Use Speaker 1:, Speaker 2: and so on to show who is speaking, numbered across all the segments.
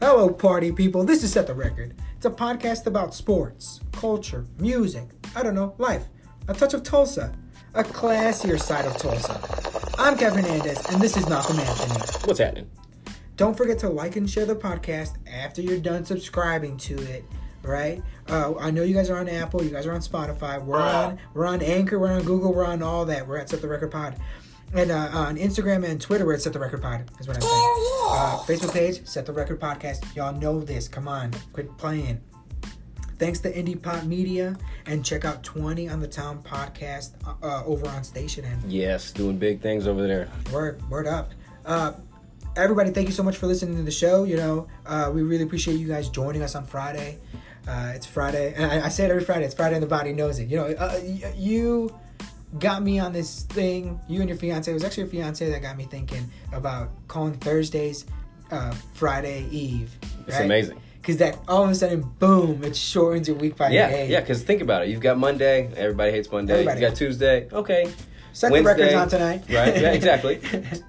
Speaker 1: Hello, party people. This is Set the Record. It's a podcast about sports, culture, music, I don't know, life, a touch of Tulsa, a classier side of Tulsa. I'm Kevin Hernandez, and this is Malcolm Anthony.
Speaker 2: What's happening?
Speaker 1: Don't forget to like and share the podcast after you're done subscribing to it. Right? Uh, I know you guys are on Apple, you guys are on Spotify, we're on we're on Anchor, we're on Google, we're on all that. We're at Set the Record Pod, and uh, on Instagram and Twitter, we're at Set the Record Pod. Is what I'm saying. Uh, Facebook page, Set the Record Podcast. Y'all know this. Come on, quit playing. Thanks to Indie Pop Media, and check out Twenty on the Town podcast uh, uh, over on Station and
Speaker 2: Yes, doing big things over there.
Speaker 1: Word, word up. Uh, everybody, thank you so much for listening to the show. You know, uh, we really appreciate you guys joining us on Friday. Uh, it's Friday, and I, I say it every Friday. It's Friday, and the body knows it. You know, uh, y- you got me on this thing. You and your fiance. It was actually your fiance that got me thinking about calling Thursdays uh, Friday Eve.
Speaker 2: It's amazing.
Speaker 1: Because that all of a sudden, boom, it shortens your week by a
Speaker 2: Yeah,
Speaker 1: day.
Speaker 2: yeah. Because think about it. You've got Monday. Everybody hates Monday.
Speaker 1: Everybody.
Speaker 2: You got Tuesday. Okay.
Speaker 1: Set the records on tonight.
Speaker 2: right? Yeah, exactly.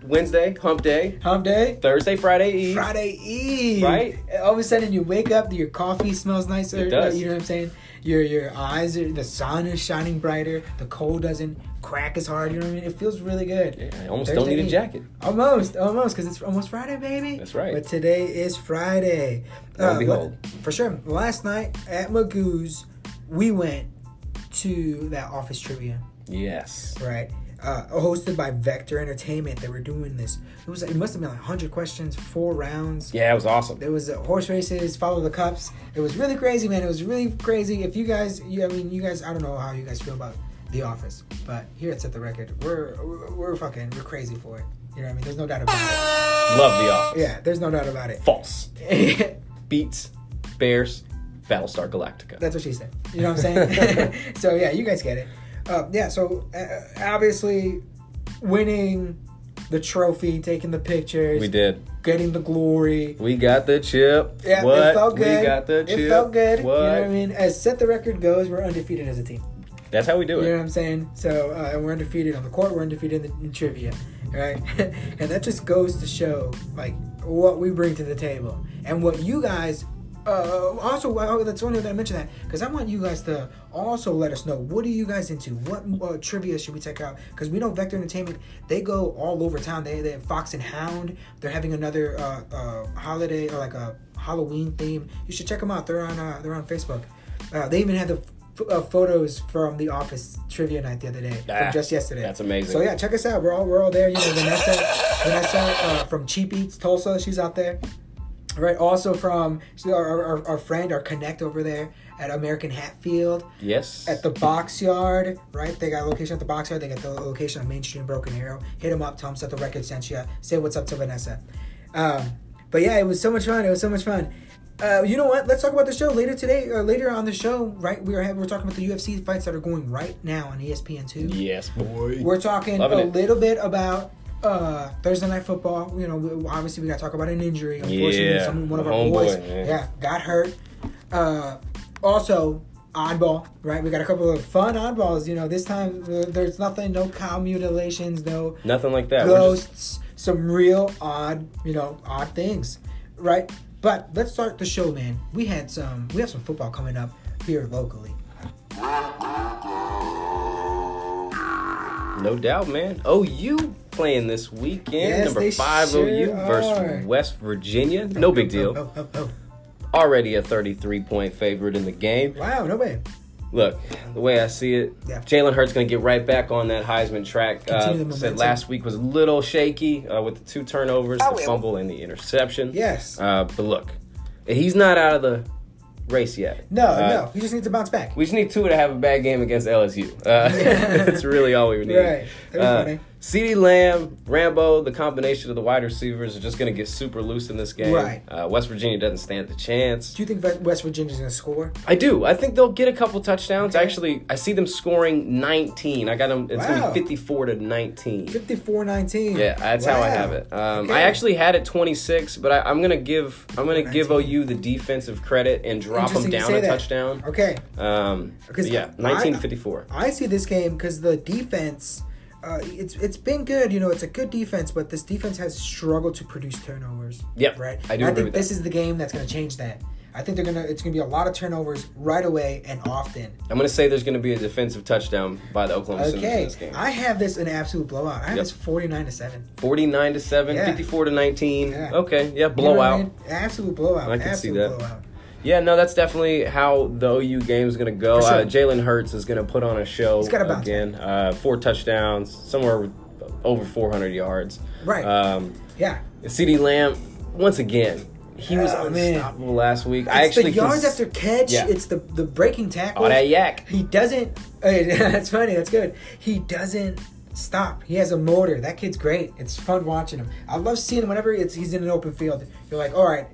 Speaker 2: Wednesday, hump day.
Speaker 1: Hump day.
Speaker 2: Thursday, Friday, Eve.
Speaker 1: Friday Eve.
Speaker 2: Right?
Speaker 1: All of a sudden, you wake up, your coffee smells nicer.
Speaker 2: It does.
Speaker 1: You know what I'm saying? Your your eyes, are, the sun is shining brighter. The cold doesn't crack as hard. You know what I mean? It feels really good.
Speaker 2: Yeah, I almost don't
Speaker 1: Thursday
Speaker 2: need a
Speaker 1: Eve.
Speaker 2: jacket.
Speaker 1: Almost, almost, because it's almost Friday, baby.
Speaker 2: That's right.
Speaker 1: But today is Friday. Uh,
Speaker 2: Lo and behold.
Speaker 1: but- For sure. Last night at Magoo's, we went to that office trivia
Speaker 2: Yes.
Speaker 1: right? Uh, hosted by Vector Entertainment. They were doing this. It was it must have been like hundred questions, four rounds.
Speaker 2: Yeah, it was awesome.
Speaker 1: There was uh, horse races, follow the cups. It was really crazy, man. It was really crazy. If you guys, you, I mean, you guys, I don't know how you guys feel about The Office, but here at Set the Record, we're we're, we're fucking we're crazy for it. You know what I mean? There's no doubt about
Speaker 2: Love the office.
Speaker 1: it. Yeah, there's no doubt about it.
Speaker 2: False. Beats. Bears. Battlestar Galactica.
Speaker 1: That's what she said. You know what I'm saying? so yeah, you guys get it. Uh, yeah. So uh, obviously, winning the trophy, taking the pictures,
Speaker 2: We did.
Speaker 1: getting the glory.
Speaker 2: We got the chip.
Speaker 1: Yeah,
Speaker 2: what?
Speaker 1: it felt good.
Speaker 2: We got the chip.
Speaker 1: It felt good.
Speaker 2: What?
Speaker 1: You know what I mean? As set the record goes, we're undefeated as a team.
Speaker 2: That's how we do
Speaker 1: You
Speaker 2: it.
Speaker 1: know what I'm saying? So uh, and we're undefeated on the court. We're undefeated in, the, in trivia, right? and that just goes to show like what we bring to the table and what you guys. Uh, also, oh, that's only that I mentioned that because I want you guys to also let us know what are you guys into? What uh, trivia should we check out? Because we know Vector Entertainment they go all over town. They they have Fox and Hound. They're having another uh, uh, holiday or like a Halloween theme. You should check them out. They're on uh, they're on Facebook. Uh, they even had the f- uh, photos from the office trivia night the other day,
Speaker 2: Ah,
Speaker 1: from just yesterday.
Speaker 2: that's amazing.
Speaker 1: So yeah, check us out. We're all we're all there. You know, Vanessa, Vanessa uh, from Cheap Eats Tulsa, she's out there. Right. Also from so our, our, our friend, our connect over there at American Hatfield
Speaker 2: Yes.
Speaker 1: at the Box Yard, right? They got a location at the Box Yard. They got the location on Main Street in Broken Arrow. Hit them up. Tell them set the record sent you. Say what's up to Vanessa. Um, but yeah, it was so much fun. It was so much fun. Uh, you know what? Let's talk about the show later today. Or later on the show, right? We are having, we're talking about the UFC fights that are going right now on E ESPN two.
Speaker 2: yes, boy.
Speaker 1: We're talking
Speaker 2: Loving
Speaker 1: a
Speaker 2: it.
Speaker 1: little bit about uh, Thursday night football. You know, we, obviously we got to talk about an injury. Unfortunately,
Speaker 2: Yeah,
Speaker 1: someone, one of
Speaker 2: my
Speaker 1: our boys,
Speaker 2: homeboy,
Speaker 1: yeah.
Speaker 2: yeah.
Speaker 1: got hurt. Uh, also, oddball, right? We got a couple of fun oddballs. You know, this time uh, there's nothing, no cow mutilations, no
Speaker 2: Nothing like that. We're just-
Speaker 1: ghosts, some real odd, you know, odd things, right? But let's start the show, man. We had some, we have some football coming up here locally.
Speaker 2: no doubt, man. OU playing this weekend.
Speaker 1: Yes,
Speaker 2: Number
Speaker 1: they
Speaker 2: five
Speaker 1: sure
Speaker 2: OU
Speaker 1: are.
Speaker 2: versus West Virginia. No big deal.
Speaker 1: Oh, oh, oh,
Speaker 2: Already a 33 point favorite in the game.
Speaker 1: oh. Wow, no way.
Speaker 2: Look, the way I see it,
Speaker 1: Yeah.
Speaker 2: Jalen Hurts going to get right back on that Heisman track.
Speaker 1: Continue the
Speaker 2: Uh,
Speaker 1: momentum.
Speaker 2: said last week was a little shaky uh, with the two turnovers,
Speaker 3: I
Speaker 2: the
Speaker 3: will.
Speaker 2: fumble, and the interception.
Speaker 1: Yes.
Speaker 2: Uh, but look, he's not out of the race yet.
Speaker 1: No,
Speaker 2: Uh,
Speaker 1: no. He just needs to bounce back.
Speaker 2: We just need Tua to have a bad game against LSU. Uh, that's really all we need.
Speaker 1: Right. That'd be funny.
Speaker 2: Uh, CeeDee Lamb, Rambo, the combination of the wide receivers are just going to get super loose in this game.
Speaker 1: Right.
Speaker 2: Uh, West Virginia doesn't stand a chance.
Speaker 1: Do you think Ve- West Virginia's going to score?
Speaker 2: I do. I think they'll get a couple touchdowns.
Speaker 1: Okay.
Speaker 2: Actually, I see them scoring 19. I got them. It's going
Speaker 1: Wow.
Speaker 2: to be 54 to 19.
Speaker 1: 54 19.
Speaker 2: Yeah, that's how I have it. Um, I actually had it 26, but I, I'm gonna give I'm gonna give
Speaker 1: 19.
Speaker 2: OU the defensive credit and drop them
Speaker 1: Interesting you
Speaker 2: down
Speaker 1: say
Speaker 2: a
Speaker 1: that.
Speaker 2: touchdown.
Speaker 1: Okay.
Speaker 2: Um,
Speaker 1: 'Cause
Speaker 2: yeah,
Speaker 1: I-
Speaker 2: 1954.
Speaker 1: I see this game because the defense uh, it's it's been good. You know, it's a good defense, but this defense has struggled to produce turnovers.
Speaker 2: Yep,
Speaker 1: Right.
Speaker 2: I
Speaker 1: And
Speaker 2: do
Speaker 1: I
Speaker 2: agree
Speaker 1: think
Speaker 2: with
Speaker 1: this is the game that's going to change that. I think they're gonna. It's gonna be a lot of turnovers right away and often.
Speaker 2: I'm going to say there's going to be a defensive touchdown by the Oklahoma Sooners in
Speaker 1: Okay,
Speaker 2: this game.
Speaker 1: I have this an absolute blowout. I have this forty nine to seven.
Speaker 2: 49 to 7,
Speaker 1: Yeah.
Speaker 2: 54 to 19.
Speaker 1: Yeah.
Speaker 2: Okay, yeah,
Speaker 1: You know what I
Speaker 2: blowout.
Speaker 1: mean? Absolute blowout.
Speaker 2: I can see
Speaker 1: absolute
Speaker 2: that.
Speaker 1: blowout.
Speaker 2: Yeah, no, that's definitely how the OU game's going to go.
Speaker 1: For sure.
Speaker 2: Uh, Jalen Hurts is going to put on a show
Speaker 1: He's gotta bounce
Speaker 2: again. Uh, four touchdowns, somewhere over 400 yards.
Speaker 1: Right.
Speaker 2: Um,
Speaker 1: Yeah.
Speaker 2: CD Lamb, once again, he was
Speaker 1: Oh, man.
Speaker 2: unstoppable last week.
Speaker 1: It's
Speaker 2: I actually
Speaker 1: the yards
Speaker 2: cons-
Speaker 1: after catch.
Speaker 2: Yeah.
Speaker 1: It's the the breaking tackles.
Speaker 2: Oh, that yak.
Speaker 1: He doesn't. Hey, that's funny. That's good. He doesn't stop. He has a motor. That kid's great. It's fun watching him. I love seeing him whenever it's, he's in an open field. You're like, all right,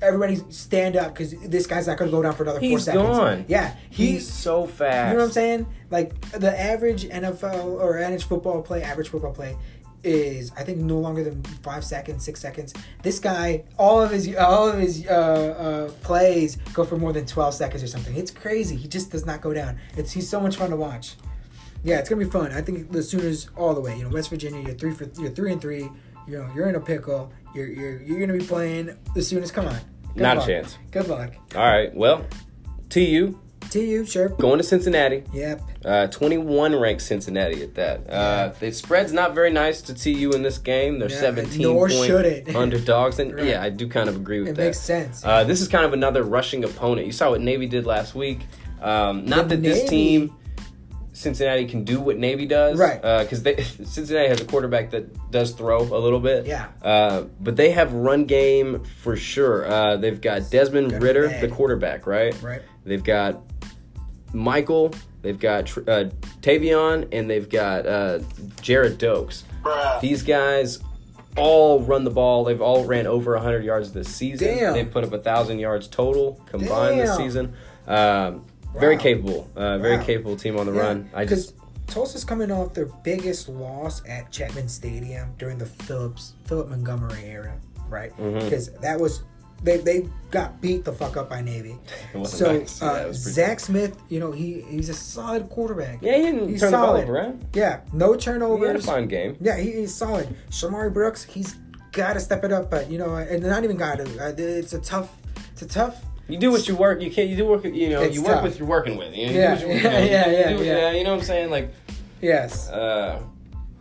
Speaker 1: everybody stand up because this guy's not going to go down for another four
Speaker 2: He's
Speaker 1: seconds.
Speaker 2: gone.
Speaker 1: Yeah,
Speaker 2: He's
Speaker 1: he's.
Speaker 2: so fast.
Speaker 1: You know what I'm saying? Like the average NFL or average football play, average football play is I think no longer than five seconds, six seconds. This guy, all of his all of his uh, uh, plays go for more than twelve seconds or something. It's crazy. He just does not go down. It's he's so much fun to watch. Yeah, it's gonna be fun. I think the Sooners all the way. You know, West Virginia, you're three for you're three and three. You know, you're in a pickle. You're you're you're gonna be playing the Sooners. Come on. Good
Speaker 2: Not a
Speaker 1: luck.
Speaker 2: chance.
Speaker 1: Good luck.
Speaker 2: All right, well, TU
Speaker 1: To you, sure.
Speaker 2: going to Cincinnati.
Speaker 1: Yep.
Speaker 2: Uh, 21 ranked Cincinnati at that. Uh, the spread's not very nice to TU in this game. They're
Speaker 1: Yeah,
Speaker 2: 17
Speaker 1: nor
Speaker 2: point
Speaker 1: should it.
Speaker 2: underdogs, and
Speaker 1: Right.
Speaker 2: yeah, I do kind of agree with
Speaker 1: It
Speaker 2: that.
Speaker 1: makes sense.
Speaker 2: Uh, this is kind of another rushing opponent. You saw what Navy did last week. Um, not
Speaker 1: The
Speaker 2: that
Speaker 1: Navy-
Speaker 2: this team, Cincinnati, can do what Navy does,
Speaker 1: Right.
Speaker 2: Because they Cincinnati has a quarterback that does throw a little bit.
Speaker 1: Yeah.
Speaker 2: Uh, but they have run game for sure. Uh, they've got Desmond
Speaker 1: Got
Speaker 2: Ritter,
Speaker 1: Meg.
Speaker 2: the quarterback, right?
Speaker 1: Right.
Speaker 2: They've got Michael. They've got Tr- uh, Tavion, and they've got uh, Jared Dokes.
Speaker 3: Bruh.
Speaker 2: These guys all run the ball. They've all ran over 100 yards this season.
Speaker 1: Damn.
Speaker 2: They've put up 1,000 yards total combined this
Speaker 1: Damn.
Speaker 2: season. Um, Very
Speaker 1: Wow.
Speaker 2: capable. Uh, very
Speaker 1: Wow.
Speaker 2: capable team on the run. I
Speaker 1: because
Speaker 2: just.
Speaker 1: Tulsa's coming off their biggest loss at Chapman Stadium during the Phillips Philip Montgomery era, right?
Speaker 2: Mm-hmm.
Speaker 1: Because that was they they got beat the fuck up by Navy.
Speaker 2: It wasn't
Speaker 1: so
Speaker 2: nice. Yeah, it
Speaker 1: uh,
Speaker 2: was pretty-
Speaker 1: Zach Smith, you know he he's a solid quarterback.
Speaker 2: Yeah, he didn't
Speaker 1: he's
Speaker 2: turn the ball
Speaker 1: solid.
Speaker 2: over, right?
Speaker 1: Yeah, no
Speaker 2: He had a
Speaker 1: turnovers.
Speaker 2: fine game.
Speaker 1: Yeah, he, he's solid. Shamari Brooks, he's got to step it up, but you know, and not even got to. Uh, it's a tough, it's a tough
Speaker 2: You do what you work. You can't. You do work. You know.
Speaker 1: It's
Speaker 2: you work
Speaker 1: tough.
Speaker 2: with you're working with. You know,
Speaker 1: Yeah,
Speaker 2: You do what you,
Speaker 1: yeah,
Speaker 2: you know,
Speaker 1: yeah, yeah,
Speaker 2: you do-
Speaker 1: yeah.
Speaker 2: You know what I'm saying? Like,
Speaker 1: yes.
Speaker 2: uh,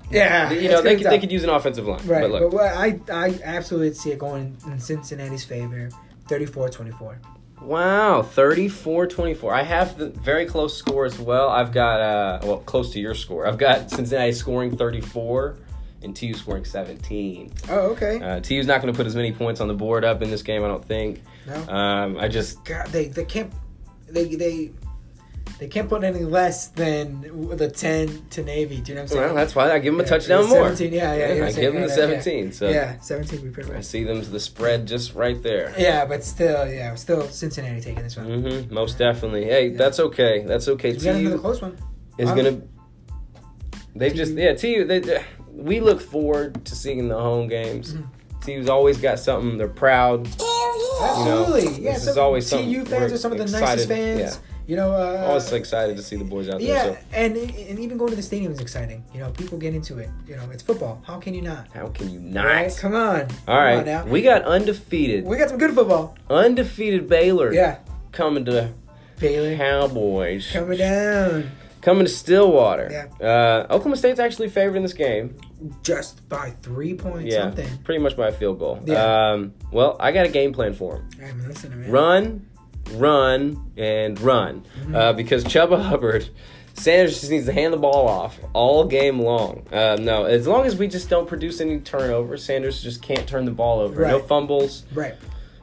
Speaker 1: yeah,
Speaker 2: you
Speaker 1: it's
Speaker 2: know,
Speaker 1: gonna
Speaker 2: they
Speaker 1: be
Speaker 2: could, they
Speaker 1: tough.
Speaker 2: could use an offensive line.
Speaker 1: Right,
Speaker 2: But
Speaker 1: but,
Speaker 2: look,
Speaker 1: what I I absolutely see it going in Cincinnati's favor, 34-24.
Speaker 2: Wow, 34-24. I have the very close score as well. I've got uh well, close to your score. I've got Cincinnati scoring 34 and TU scoring 17.
Speaker 1: Oh, okay.
Speaker 2: Uh TU's not going to put as many points on the board up in this game, I don't think.
Speaker 1: No,
Speaker 2: Um I just
Speaker 1: God, they they can't they they they can't put any less than the ten to Navy. Do you know what I'm saying?
Speaker 2: well, that's why I give them a
Speaker 1: Yeah,
Speaker 2: touchdown
Speaker 1: the
Speaker 2: more.
Speaker 1: 17, yeah, yeah, yeah,
Speaker 2: I
Speaker 1: yeah,
Speaker 2: give them
Speaker 1: yeah,
Speaker 2: the
Speaker 1: yeah.
Speaker 2: 17. So
Speaker 1: yeah, seventeen. We pretty
Speaker 2: I
Speaker 1: much.
Speaker 2: see them the spread just right there.
Speaker 1: Yeah, but still, yeah, still Cincinnati taking this one.
Speaker 2: Mhm, most definitely. Hey, that's okay. That's okay.
Speaker 1: We got another
Speaker 2: TU
Speaker 1: close one.
Speaker 2: is
Speaker 1: Um,
Speaker 2: gonna. They've just
Speaker 1: TU.
Speaker 2: yeah TU. They, we look forward to seeing the home games.
Speaker 1: Mm-hmm.
Speaker 2: TU's always got something. They're proud.
Speaker 1: Absolutely.
Speaker 2: this
Speaker 1: yeah,
Speaker 2: is
Speaker 1: some
Speaker 2: always
Speaker 1: TU
Speaker 2: something
Speaker 1: fans
Speaker 2: we're
Speaker 1: are some of the
Speaker 2: excited-
Speaker 1: nicest fans. You know, uh,
Speaker 2: Always excited to see the boys out there.
Speaker 1: Yeah,
Speaker 2: So
Speaker 1: and and even going to the stadium is exciting. You know, people get into it. You know, it's football. How can you not?
Speaker 2: how can you
Speaker 1: Right?
Speaker 2: not?
Speaker 1: Come on.
Speaker 2: All
Speaker 1: Come on
Speaker 2: right,
Speaker 1: now.
Speaker 2: we got undefeated,
Speaker 1: we got some good football.
Speaker 2: undefeated Baylor
Speaker 1: Yeah,
Speaker 2: coming to
Speaker 1: Baylor
Speaker 2: Cowboys,
Speaker 1: coming down
Speaker 2: coming to Stillwater.
Speaker 1: Yeah.
Speaker 2: Uh, Oklahoma State's actually favored in this game.
Speaker 1: just by three points.
Speaker 2: yeah,
Speaker 1: Something.
Speaker 2: pretty much by a field goal.
Speaker 1: Yeah.
Speaker 2: Um, well, I got a game plan for them.
Speaker 1: I mean, listen to me.
Speaker 2: run, run, and run.
Speaker 1: Mm-hmm.
Speaker 2: Uh, because Chuba Hubbard, Sanders just needs to hand the ball off all game long. Uh, no, as long as we just don't produce any turnovers, Sanders just can't turn the ball over. No
Speaker 1: Right.
Speaker 2: fumbles.
Speaker 1: Right,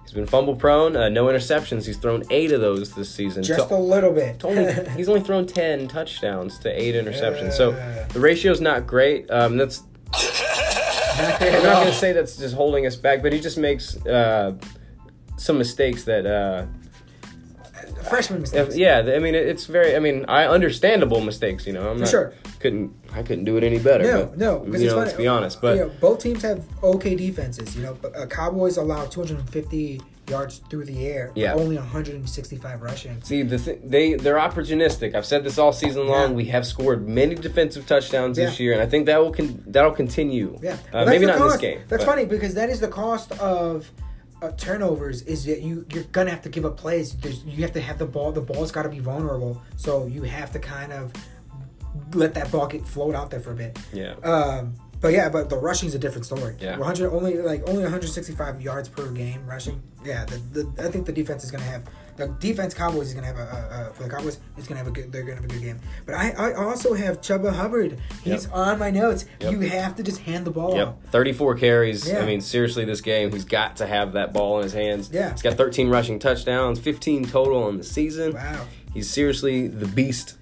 Speaker 2: He's been fumble prone. Uh, no interceptions. He's thrown eight of those this season.
Speaker 1: just
Speaker 2: To-
Speaker 1: a little bit.
Speaker 2: to only, he's only thrown ten touchdowns to eight interceptions.
Speaker 1: Yeah.
Speaker 2: So the ratio's not great. Um, that's
Speaker 1: Not good at
Speaker 2: I'm not gonna
Speaker 1: all.
Speaker 2: say that's just holding us back, but he just makes uh, some mistakes that. Uh,
Speaker 1: Freshman mistakes.
Speaker 2: If- yeah, th- I mean, it- it's very. I mean, I understandable mistakes. You know, I'm not,
Speaker 1: sure.
Speaker 2: Couldn't I couldn't do it any better.
Speaker 1: No,
Speaker 2: but,
Speaker 1: no,
Speaker 2: You
Speaker 1: because it's
Speaker 2: know,
Speaker 1: funny.
Speaker 2: let's be honest. But
Speaker 1: You know, both teams have okay defenses. You know, but, uh, Cowboys allow 250 yards through the air.
Speaker 2: Yeah.
Speaker 1: Only 165 rushing.
Speaker 2: See, the th- they they're opportunistic. I've said this all season long.
Speaker 1: Yeah.
Speaker 2: We have scored many defensive touchdowns this
Speaker 1: Yeah.
Speaker 2: year, and I think that will con- that'll continue.
Speaker 1: Yeah.
Speaker 2: uh,
Speaker 1: Well, that's
Speaker 2: maybe
Speaker 1: the
Speaker 2: not in this
Speaker 1: cost.
Speaker 2: game.
Speaker 1: That's
Speaker 2: but-
Speaker 1: funny because that is the cost of uh, turnovers. Is that you you're gonna have to give up plays. There's, you have to have the ball. The ball's got to be vulnerable. So you have to kind of let that ball get float out there for a bit.
Speaker 2: Yeah.
Speaker 1: Um, but yeah, but the rushing's a different story.
Speaker 2: Yeah.
Speaker 1: 100 only like only 165 yards per game rushing. Yeah, the, the I think the defense is gonna have the defense Cowboys is gonna have a, a, a for the Cowboys it's gonna have a good they're gonna have a good game. But I, I also have Chuba Hubbard. He's
Speaker 2: Yep.
Speaker 1: on my notes.
Speaker 2: Yep.
Speaker 1: You have to just hand the ball off.
Speaker 2: Yep, 34 carries. I
Speaker 1: Yeah.
Speaker 2: mean, seriously, this game, he's got to have that ball in his hands.
Speaker 1: Yeah.
Speaker 2: He's got 13 rushing touchdowns, 15 total on the season.
Speaker 1: Wow.
Speaker 2: He's seriously the beast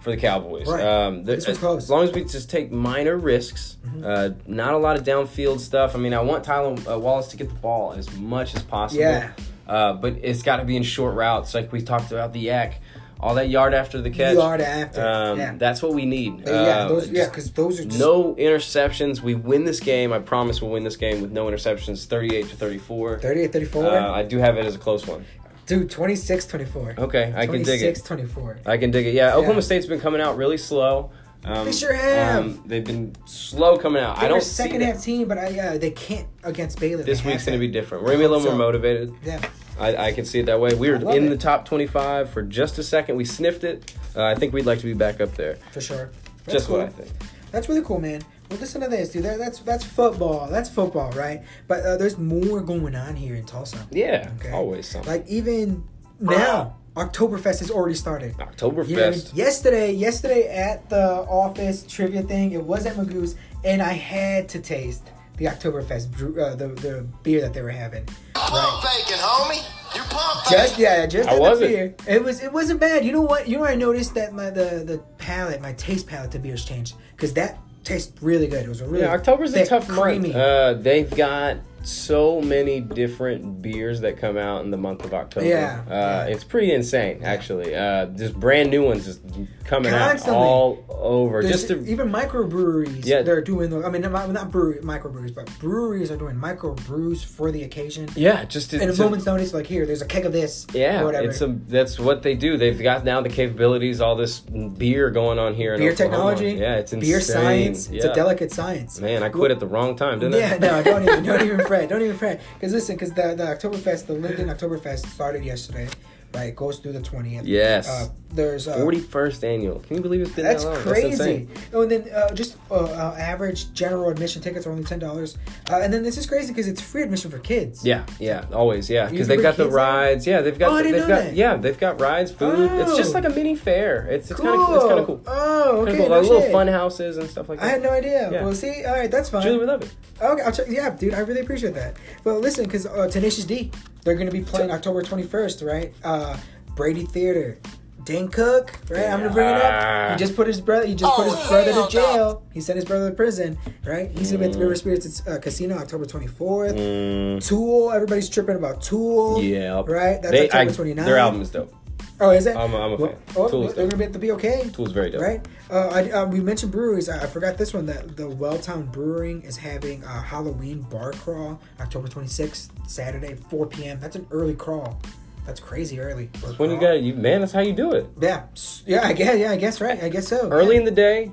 Speaker 2: for the Cowboys.
Speaker 1: Right.
Speaker 2: Um, th-
Speaker 1: This was
Speaker 2: as-
Speaker 1: close. Mm-hmm.
Speaker 2: As long as we just take minor risks, uh, not a lot of downfield stuff. I mean, I want Tyler uh, Wallace to get the ball as much as possible.
Speaker 1: Yeah.
Speaker 2: Uh, but it's got to be in short routes, like we talked about the yak, all that yard after the catch.
Speaker 1: Yard after,
Speaker 2: Um,
Speaker 1: yeah.
Speaker 2: That's what we need.
Speaker 1: But yeah,
Speaker 2: Uh,
Speaker 1: those, yeah,
Speaker 2: just-
Speaker 1: because those are just
Speaker 2: no interceptions. We win this game. I promise we'll win this game with no interceptions. Thirty-eight to thirty-four.
Speaker 1: 38, 34.
Speaker 2: Uh, I do have it as a close one.
Speaker 1: Dude, 26, 24.
Speaker 2: Okay, I can dig
Speaker 1: 26,
Speaker 2: it.
Speaker 1: 24.
Speaker 2: I can dig it. Yeah, Oklahoma State's been coming out really slow. Um,
Speaker 1: They sure have.
Speaker 2: they've been slow coming out. I
Speaker 1: They're
Speaker 2: don't
Speaker 1: a
Speaker 2: see
Speaker 1: second
Speaker 2: that-
Speaker 1: half team, but I, uh, they can't against Baylor.
Speaker 2: This
Speaker 1: They
Speaker 2: week's
Speaker 1: have
Speaker 2: going to be
Speaker 1: to.
Speaker 2: different. We're going to be a little
Speaker 1: So-
Speaker 2: more motivated.
Speaker 1: Yeah.
Speaker 2: I, I can see it that way. We were
Speaker 1: I love
Speaker 2: in
Speaker 1: it.
Speaker 2: the top 25 for just a second. We sniffed it. Uh, I think we'd like to be back up there.
Speaker 1: for sure. That's
Speaker 2: Just
Speaker 1: cool.
Speaker 2: what I think.
Speaker 1: That's really cool, man. Well, listen to this, dude. That, that's that's football. That's football, right? But uh, there's more going on here in Tulsa.
Speaker 2: Yeah,
Speaker 1: Okay.
Speaker 2: always something.
Speaker 1: Like even now, Oktoberfest has already started.
Speaker 2: Oktoberfest.
Speaker 1: You know what I mean? Yesterday, yesterday at the office trivia thing, it was at Magoo's, and I had to taste the Oktoberfest brew, uh, the the beer that they were having.
Speaker 3: Pump faking, homie. You pump faking.
Speaker 1: Just yeah, just
Speaker 2: How
Speaker 1: at
Speaker 2: was
Speaker 1: the
Speaker 2: it?
Speaker 1: beer. It was it wasn't bad. You know what? You know what I noticed that my the the palate, my taste palate to beers changed because that tastes really good. It was a really
Speaker 2: Yeah, October's a
Speaker 1: thick,
Speaker 2: tough
Speaker 1: creamy.
Speaker 2: month. Uh, they've got so many different beers that come out in the month of October.
Speaker 1: Yeah,
Speaker 2: uh,
Speaker 1: yeah.
Speaker 2: it's pretty insane actually. Uh, just brand new ones just coming
Speaker 1: Constantly.
Speaker 2: out all over.
Speaker 1: There's
Speaker 2: just to,
Speaker 1: even microbreweries,
Speaker 2: Yeah.
Speaker 1: they're doing. the- I mean, not, not brewery, microbreweries, but breweries are doing microbrews for the occasion.
Speaker 2: yeah, just to,
Speaker 1: At a
Speaker 2: to-
Speaker 1: moment's notice, like here, there's a keg of this. or
Speaker 2: Yeah,
Speaker 1: whatever.
Speaker 2: it's a that's what they do. They've got now the capabilities, all this beer going on here. In
Speaker 1: beer
Speaker 2: Oklahoma.
Speaker 1: technology.
Speaker 2: Yeah, it's insane.
Speaker 1: beer science. It's
Speaker 2: Yeah.
Speaker 1: a delicate science.
Speaker 2: Man, I quit at the wrong time, didn't
Speaker 1: Yeah,
Speaker 2: I?
Speaker 1: no, don't even, don't even fret, don't even fret. Because listen, because the the Oktoberfest, the Linden Oktoberfest started yesterday, right? It goes through the twentieth.
Speaker 2: Yes.
Speaker 1: Uh, there's uh,
Speaker 2: Forty-first annual. Can you believe it's been
Speaker 1: That's
Speaker 2: that long?
Speaker 1: crazy.
Speaker 2: insane.
Speaker 1: oh, and then uh, just uh, uh, average general admission tickets are only ten dollars, uh, and then this is crazy because it's free admission for kids.
Speaker 2: Yeah, yeah, always, yeah,
Speaker 1: You
Speaker 2: because they've got the
Speaker 1: bring kids out?
Speaker 2: rides. Yeah, they've got,
Speaker 1: Oh, I didn't
Speaker 2: they've
Speaker 1: know
Speaker 2: got,
Speaker 1: that.
Speaker 2: yeah, they've got rides, food. It's just
Speaker 1: Oh.
Speaker 2: like a mini fair. It's it's
Speaker 1: cool.
Speaker 2: kind of it's kind of cool.
Speaker 1: Oh,
Speaker 2: Kinda
Speaker 1: okay.
Speaker 2: cool.
Speaker 1: no
Speaker 2: Like little
Speaker 1: shit.
Speaker 2: fun houses and stuff like that.
Speaker 1: I had no idea.
Speaker 2: Yeah.
Speaker 1: Well, see, all right, that's fine.
Speaker 2: Julie, we love it.
Speaker 1: Okay, I'll check. Yeah, dude, I really appreciate that. But listen, because uh, Tenacious D, they're going to be playing October 21st, right? Uh, Brady Theater. Dan Cook, right? I'm gonna bring it up.
Speaker 2: Yeah.
Speaker 1: He just put his brother. He just put
Speaker 3: Oh,
Speaker 1: his brother
Speaker 3: hell
Speaker 1: to jail. He sent his brother to prison, right? He's gonna be at the River Spirits uh, Casino October 24th.
Speaker 2: Mm.
Speaker 1: Tool, everybody's tripping about Tool.
Speaker 2: Yeah,
Speaker 1: right. That's
Speaker 2: They- I-
Speaker 1: October 29th.
Speaker 2: Their album is dope.
Speaker 1: Oh, is it?
Speaker 2: I'm a- I'm a
Speaker 1: Well,
Speaker 2: fan.
Speaker 1: Oh,
Speaker 2: Tool's
Speaker 1: they're
Speaker 2: dope.
Speaker 1: gonna be at the BOK.
Speaker 2: Tool's very dope.
Speaker 1: Right? Uh, I, uh, we mentioned breweries. I, I forgot this one that the Welltown Brewing is having a Halloween bar crawl October 26th, Saturday, 4 p.m. That's an early crawl. That's crazy early. for a
Speaker 2: When you
Speaker 1: crawl.
Speaker 2: got you, man, that's how you do it.
Speaker 1: Yeah, s- yeah, I guess, yeah, I guess, right? I guess so.
Speaker 2: Early in the day,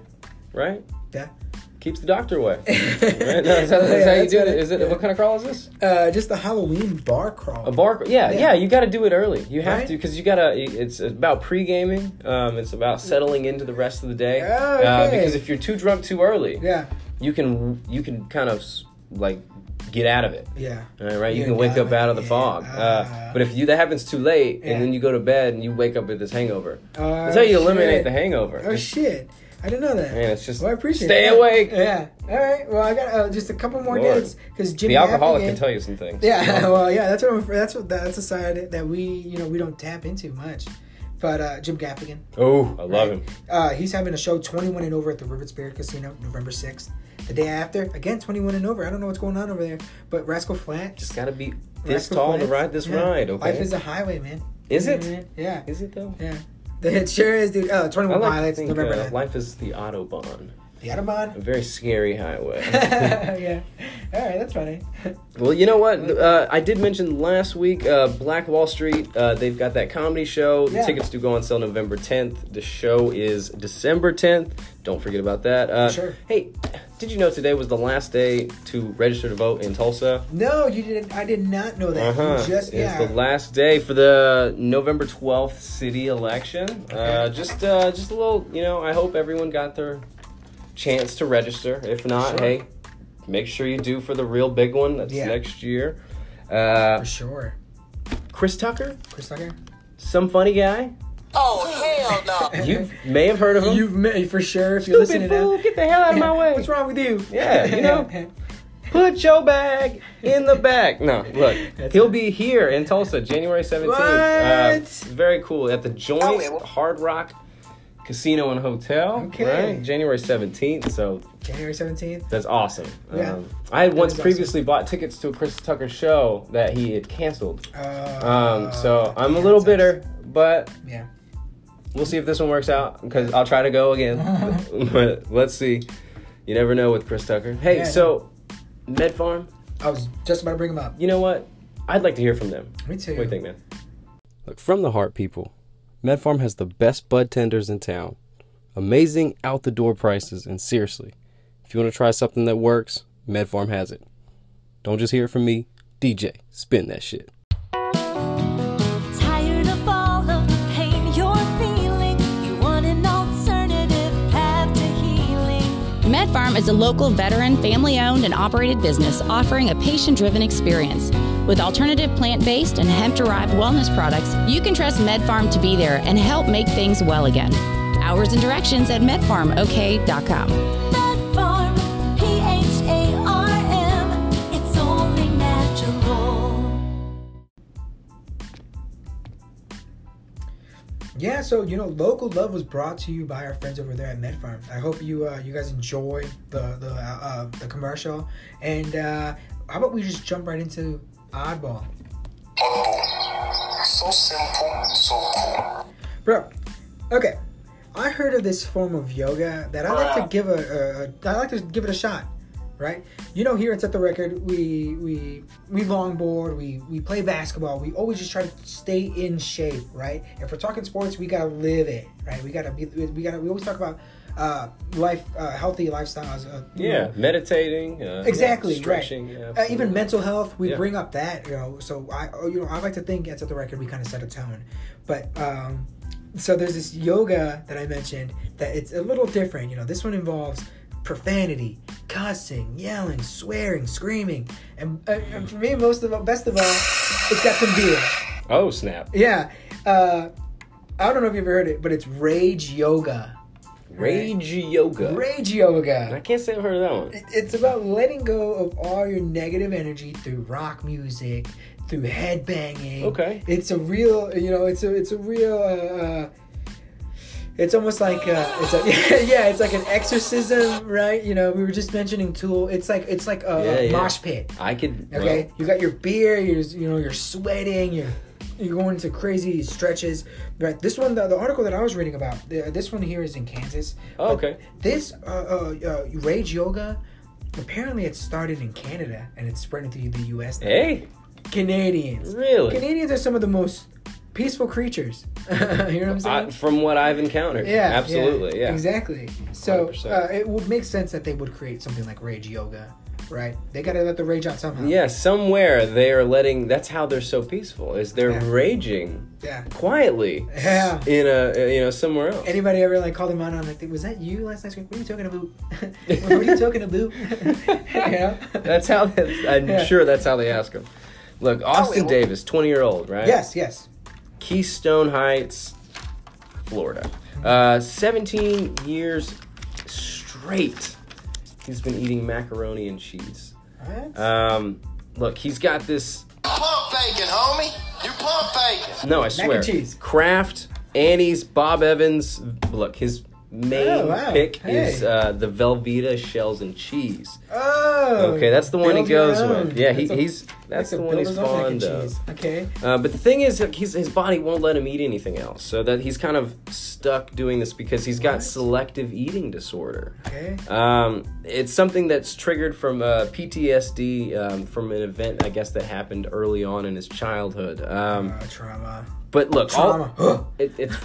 Speaker 2: right?
Speaker 1: Yeah.
Speaker 2: Keeps the doctor away. right?
Speaker 1: yeah,
Speaker 2: No, that's how, that's how you
Speaker 1: that's
Speaker 2: do
Speaker 1: what
Speaker 2: it. Is it
Speaker 1: yeah.
Speaker 2: what kind of crawl is this?
Speaker 1: Uh, just the Halloween bar crawl.
Speaker 2: A bar, yeah, yeah.
Speaker 1: Yeah.
Speaker 2: you got to do it early. You have
Speaker 1: Right?
Speaker 2: to because you gotta. It's about pre gaming. Um, it's about settling into the rest of the day.
Speaker 1: Oh,
Speaker 2: Uh,
Speaker 1: okay.
Speaker 2: because if you're too drunk too early,
Speaker 1: Yeah,
Speaker 2: you can you can kind of s- like get out of it.
Speaker 1: yeah.
Speaker 2: All right, you
Speaker 1: You're
Speaker 2: can wake up
Speaker 1: done,
Speaker 2: out of the
Speaker 1: yeah.
Speaker 2: fog. Uh,
Speaker 1: Ah.
Speaker 2: but if you that happens too late,
Speaker 1: Yeah.
Speaker 2: and then you go to bed and you wake up with this hangover,
Speaker 1: Oh,
Speaker 2: that's how you eliminate
Speaker 1: shit.
Speaker 2: the hangover.
Speaker 1: Oh
Speaker 2: Just-
Speaker 1: shit! I didn't know that.
Speaker 2: Man, it's just-
Speaker 1: Well, I appreciate.
Speaker 2: stay
Speaker 1: it.
Speaker 2: awake.
Speaker 1: Yeah. All right. Well, I got uh, just a couple more
Speaker 2: Lord.
Speaker 1: minutes because Jimmy.
Speaker 2: the alcoholic can
Speaker 1: Haffigan-
Speaker 2: tell you some things.
Speaker 1: Yeah. Well, yeah. That's what I'm. That's what that's a side that we you know we don't tap into much. But uh, Jim Gaffigan,
Speaker 2: Oh, I love him.
Speaker 1: uh, he's having a show 21 and over at the Rivet Spirit Casino, November 6th. The day after, again 21 and over. I don't know what's going on over there, but Rascal Flat.
Speaker 2: Just gotta be this
Speaker 1: Rascal
Speaker 2: tall to
Speaker 1: Flatts,
Speaker 2: ride this
Speaker 1: yeah.
Speaker 2: ride. Okay.
Speaker 1: Life is a highway, man.
Speaker 2: Is it?
Speaker 1: Mhm, Yeah.
Speaker 2: Is it though?
Speaker 1: Yeah. It sure is, dude. Uh,
Speaker 2: I
Speaker 1: 21
Speaker 2: like to
Speaker 1: Pilots,
Speaker 2: think,
Speaker 1: November
Speaker 2: uh,
Speaker 1: 9th.
Speaker 2: life is the autobahn,
Speaker 1: The Autobahn.
Speaker 2: a very scary highway.
Speaker 1: yeah. All right, that's funny.
Speaker 2: Well, you know what? Uh, I did mention last week, uh, Black Wall Street. Uh, they've got that comedy show. The
Speaker 1: Yeah.
Speaker 2: tickets do go on sale November 10th. The show is December 10th. Don't forget about that. Uh,
Speaker 1: Sure.
Speaker 2: Hey, did you know today was the last day to register to vote in Tulsa?
Speaker 1: no, you didn't. I did not know that. You Just yeah.
Speaker 2: Uh-huh. It's the last day for the November 12th city election. Uh, just, uh, just a little. You know, I hope everyone got their chance to register. If not,
Speaker 1: Sure.
Speaker 2: hey, make sure you do for the real big one. That's
Speaker 1: Yeah.
Speaker 2: next year. Uh,
Speaker 1: For sure.
Speaker 2: Chris Tucker,
Speaker 1: Chris Tucker.
Speaker 2: some funny guy.
Speaker 3: Oh, hell no.
Speaker 2: You may have heard of him.
Speaker 1: You've met for sure if you're
Speaker 2: Uh-huh. Stupid
Speaker 1: listening
Speaker 2: fool,
Speaker 1: to
Speaker 2: get the hell out of my way.
Speaker 1: What's wrong with you?
Speaker 2: Yeah, you know. Put your bag in the back. No, look,
Speaker 1: That's
Speaker 2: he'll
Speaker 1: right.
Speaker 2: be here in Tulsa, January 17th. Uh,
Speaker 1: What?
Speaker 2: very cool at the Joint
Speaker 3: Oh, wait, what-
Speaker 2: Hard Rock Casino and Hotel.
Speaker 1: Okay.
Speaker 2: Right? January 17th, so
Speaker 1: January 17th.
Speaker 2: that's awesome.
Speaker 1: Yeah.
Speaker 2: Um, I had once
Speaker 1: is awesome.
Speaker 2: previously bought tickets to a Chris Tucker show that he had canceled.
Speaker 1: Uh,
Speaker 2: Um, so I'm a
Speaker 1: yeah,
Speaker 2: little
Speaker 1: that sucks.
Speaker 2: bitter, but
Speaker 1: Yeah.
Speaker 2: We'll see if this one works out because I'll try to go again. but let's see. You never know with Chris Tucker. Hey,
Speaker 1: Yeah.
Speaker 2: so Med Farm,
Speaker 1: I was just about to bring him up.
Speaker 2: you know what? I'd like to hear from them.
Speaker 1: Me too.
Speaker 2: What do you think, man? Look, from the heart, people, Med Farm has the best bud tenders in town. Amazing out the door prices, and seriously, if you want to try something that works, Med Farm has it. Don't just hear it from me. DJ, spin that shit.
Speaker 4: Tired of all of the pain you're feeling? You want an alternative path to healing?
Speaker 5: MedFarm is a local veteran, family owned, and operated business offering a patient driven experience. With alternative plant based and hemp derived wellness products, you can trust MedFarm to be there and help make things well again. Hours and directions at medfarmok.com.
Speaker 4: Farm, P H A R M. It's only natural.
Speaker 1: Yeah, so you know, local love was brought to you by our friends over there at Med Farm. I hope you uh, you guys enjoy the the uh, uh, the commercial, and uh, how about we just jump right into Oddball,
Speaker 3: So simple, so cool.
Speaker 1: bro? Okay, I heard of this form of yoga that I like to give a, a, a I like to give it a shot, right? You know, here it's at the record we we we longboard, we we play basketball, we always just try to stay in shape, right? If we're talking sports, we gotta live it, right? We gotta be we gotta we always talk about uh life uh, healthy lifestyles. Uh, you know,
Speaker 2: Yeah, meditating. Uh, yeah,
Speaker 1: exactly
Speaker 2: stretching.
Speaker 1: right
Speaker 2: yeah,
Speaker 1: uh, even
Speaker 2: absolutely.
Speaker 1: mental health we
Speaker 2: Yeah.
Speaker 1: bring up that you know so i oh, you know i like to think that's at the record we kind of set a tone but um so there's this yoga that i mentioned that it's a little different you know this one involves profanity cussing yelling swearing screaming and, uh, and for me most of all best of all it's got some beer
Speaker 2: Oh snap!
Speaker 1: yeah uh i don't know if you've ever heard it but it's rage yoga
Speaker 2: Rage yoga.
Speaker 1: rage yoga
Speaker 2: I can't say I've heard of that one.
Speaker 1: It- it's about letting go of all your negative energy through rock music through headbanging
Speaker 2: Okay.
Speaker 1: it's a real you know it's a it's a real uh, uh it's almost like uh, it's a, yeah, it's like an exorcism, right? You know, we were just mentioning Tool. It's like it's like a,
Speaker 2: Yeah,
Speaker 1: a
Speaker 2: yeah.
Speaker 1: mosh pit.
Speaker 2: I could.
Speaker 1: Okay,
Speaker 2: well,
Speaker 1: you got your beer. You're you know you're sweating. You're you're going to crazy stretches. Right. This one, the, the article that I was reading about, the, this one here is in Kansas. But
Speaker 2: Oh, okay.
Speaker 1: This uh, uh, uh, rage yoga. Apparently, it started in Canada and it's spreading through the U.S. now.
Speaker 2: hey,
Speaker 1: Canadians.
Speaker 2: really?
Speaker 1: Canadians are some of the most peaceful creatures. you know what I'm saying?
Speaker 2: I, from what I've encountered.
Speaker 1: yeah,
Speaker 2: Uh, Absolutely. Yeah.
Speaker 1: exactly. So
Speaker 2: 100%.
Speaker 1: uh, it would make sense that they would create something like rage yoga, right? They got to let the rage out somehow.
Speaker 2: Yeah. Somewhere they are letting. That's how they're so peaceful. Is they're
Speaker 1: Yeah.
Speaker 2: raging
Speaker 1: Yeah.
Speaker 2: quietly.
Speaker 1: Yeah.
Speaker 2: In a uh, you know somewhere else.
Speaker 1: Anybody ever like called him out on like, was that you last night? What are you talking about? what are you talking about? you know?
Speaker 2: That's how. That's, I'm
Speaker 1: Yeah. Oh,
Speaker 2: sure that's how they ask him. Look, Austin
Speaker 3: well-
Speaker 2: Davis, 20 year old, right?
Speaker 1: Yes, yes.
Speaker 2: Keystone Heights, Florida. Uh, 17 years straight, he's been eating macaroni and cheese.
Speaker 1: What?
Speaker 2: Um, look, he's got this.
Speaker 3: Pump faking, homie. You pump faking.
Speaker 2: No, I
Speaker 1: and
Speaker 2: swear.
Speaker 1: cheese.
Speaker 2: Kraft, Annie's, Bob Evans. Look, his main
Speaker 1: Oh, wow.
Speaker 2: pick
Speaker 1: Hey.
Speaker 2: is uh, the Velveeta shells and cheese.
Speaker 1: oh, road.
Speaker 2: Okay, that's the one
Speaker 1: Build
Speaker 2: he
Speaker 1: your
Speaker 2: goes
Speaker 1: own.
Speaker 2: with. Yeah, he,
Speaker 1: That's a-
Speaker 2: he's that's
Speaker 1: a
Speaker 2: the one
Speaker 1: build
Speaker 2: he's
Speaker 1: his own mac and
Speaker 2: fond of.
Speaker 1: cheese. Okay.
Speaker 2: Uh, but the thing is, like, his his body won't let him eat anything else, so that he's kind of stuck doing this because he's got selective eating disorder.
Speaker 1: Okay.
Speaker 2: Um, it's something that's triggered from uh, PTSD um, from an event, I guess, that happened early on in his childhood. Um,
Speaker 1: Uh, trauma.
Speaker 2: but look, all,
Speaker 1: Trauma.
Speaker 2: it, it's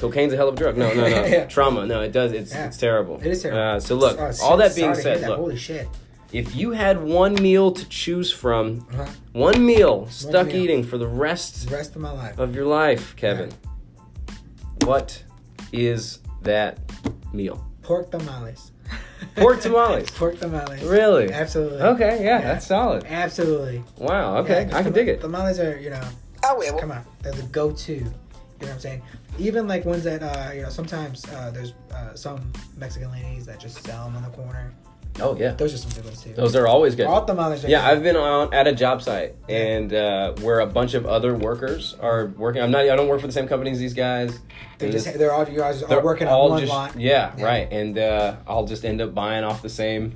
Speaker 2: cocaine's a hell of a drug. No, no, no.
Speaker 1: Yeah.
Speaker 2: Trauma. No, it does. It's
Speaker 1: Yeah.
Speaker 2: it's terrible.
Speaker 1: It is terrible.
Speaker 2: Uh, so look,
Speaker 1: Oh, it's-
Speaker 2: all that
Speaker 1: it's
Speaker 2: being
Speaker 1: sorry to hear
Speaker 2: said,
Speaker 1: that.
Speaker 2: look,
Speaker 1: holy shit.
Speaker 2: if you had one meal to choose from,
Speaker 1: Uh-huh.
Speaker 2: one meal stuck
Speaker 1: meal.
Speaker 2: eating for the rest
Speaker 1: The rest of my life.
Speaker 2: of your life, Kevin, what is that meal?
Speaker 1: Pork tamales.
Speaker 2: Pork tamales.
Speaker 1: Pork tamales.
Speaker 2: Really?
Speaker 1: Absolutely.
Speaker 2: Okay, yeah, that's solid.
Speaker 1: Absolutely.
Speaker 2: Wow, okay,
Speaker 1: Yeah, 'cause
Speaker 2: I can
Speaker 1: tama-
Speaker 2: dig it.
Speaker 1: Tamales are, you know,
Speaker 6: I will.
Speaker 1: come on, they're the go-to. You know what I'm saying? Even like ones that, uh, you know, sometimes uh, there's uh, some Mexican ladies that just sell them on the corner.
Speaker 2: Oh, yeah.
Speaker 1: Those are some good ones too.
Speaker 2: Those are always good.
Speaker 1: all tamales. Are
Speaker 2: Yeah,
Speaker 1: good.
Speaker 2: I've been on at a job site and uh, where a bunch of other workers are working. I'm not. I don't work for the same company as these guys.
Speaker 1: They're
Speaker 2: And
Speaker 1: just
Speaker 2: this-
Speaker 1: they're all you guys are
Speaker 2: they're
Speaker 1: working
Speaker 2: all
Speaker 1: on one
Speaker 2: just-
Speaker 1: lot.
Speaker 2: Yeah, right. And uh, I'll just end up buying off the same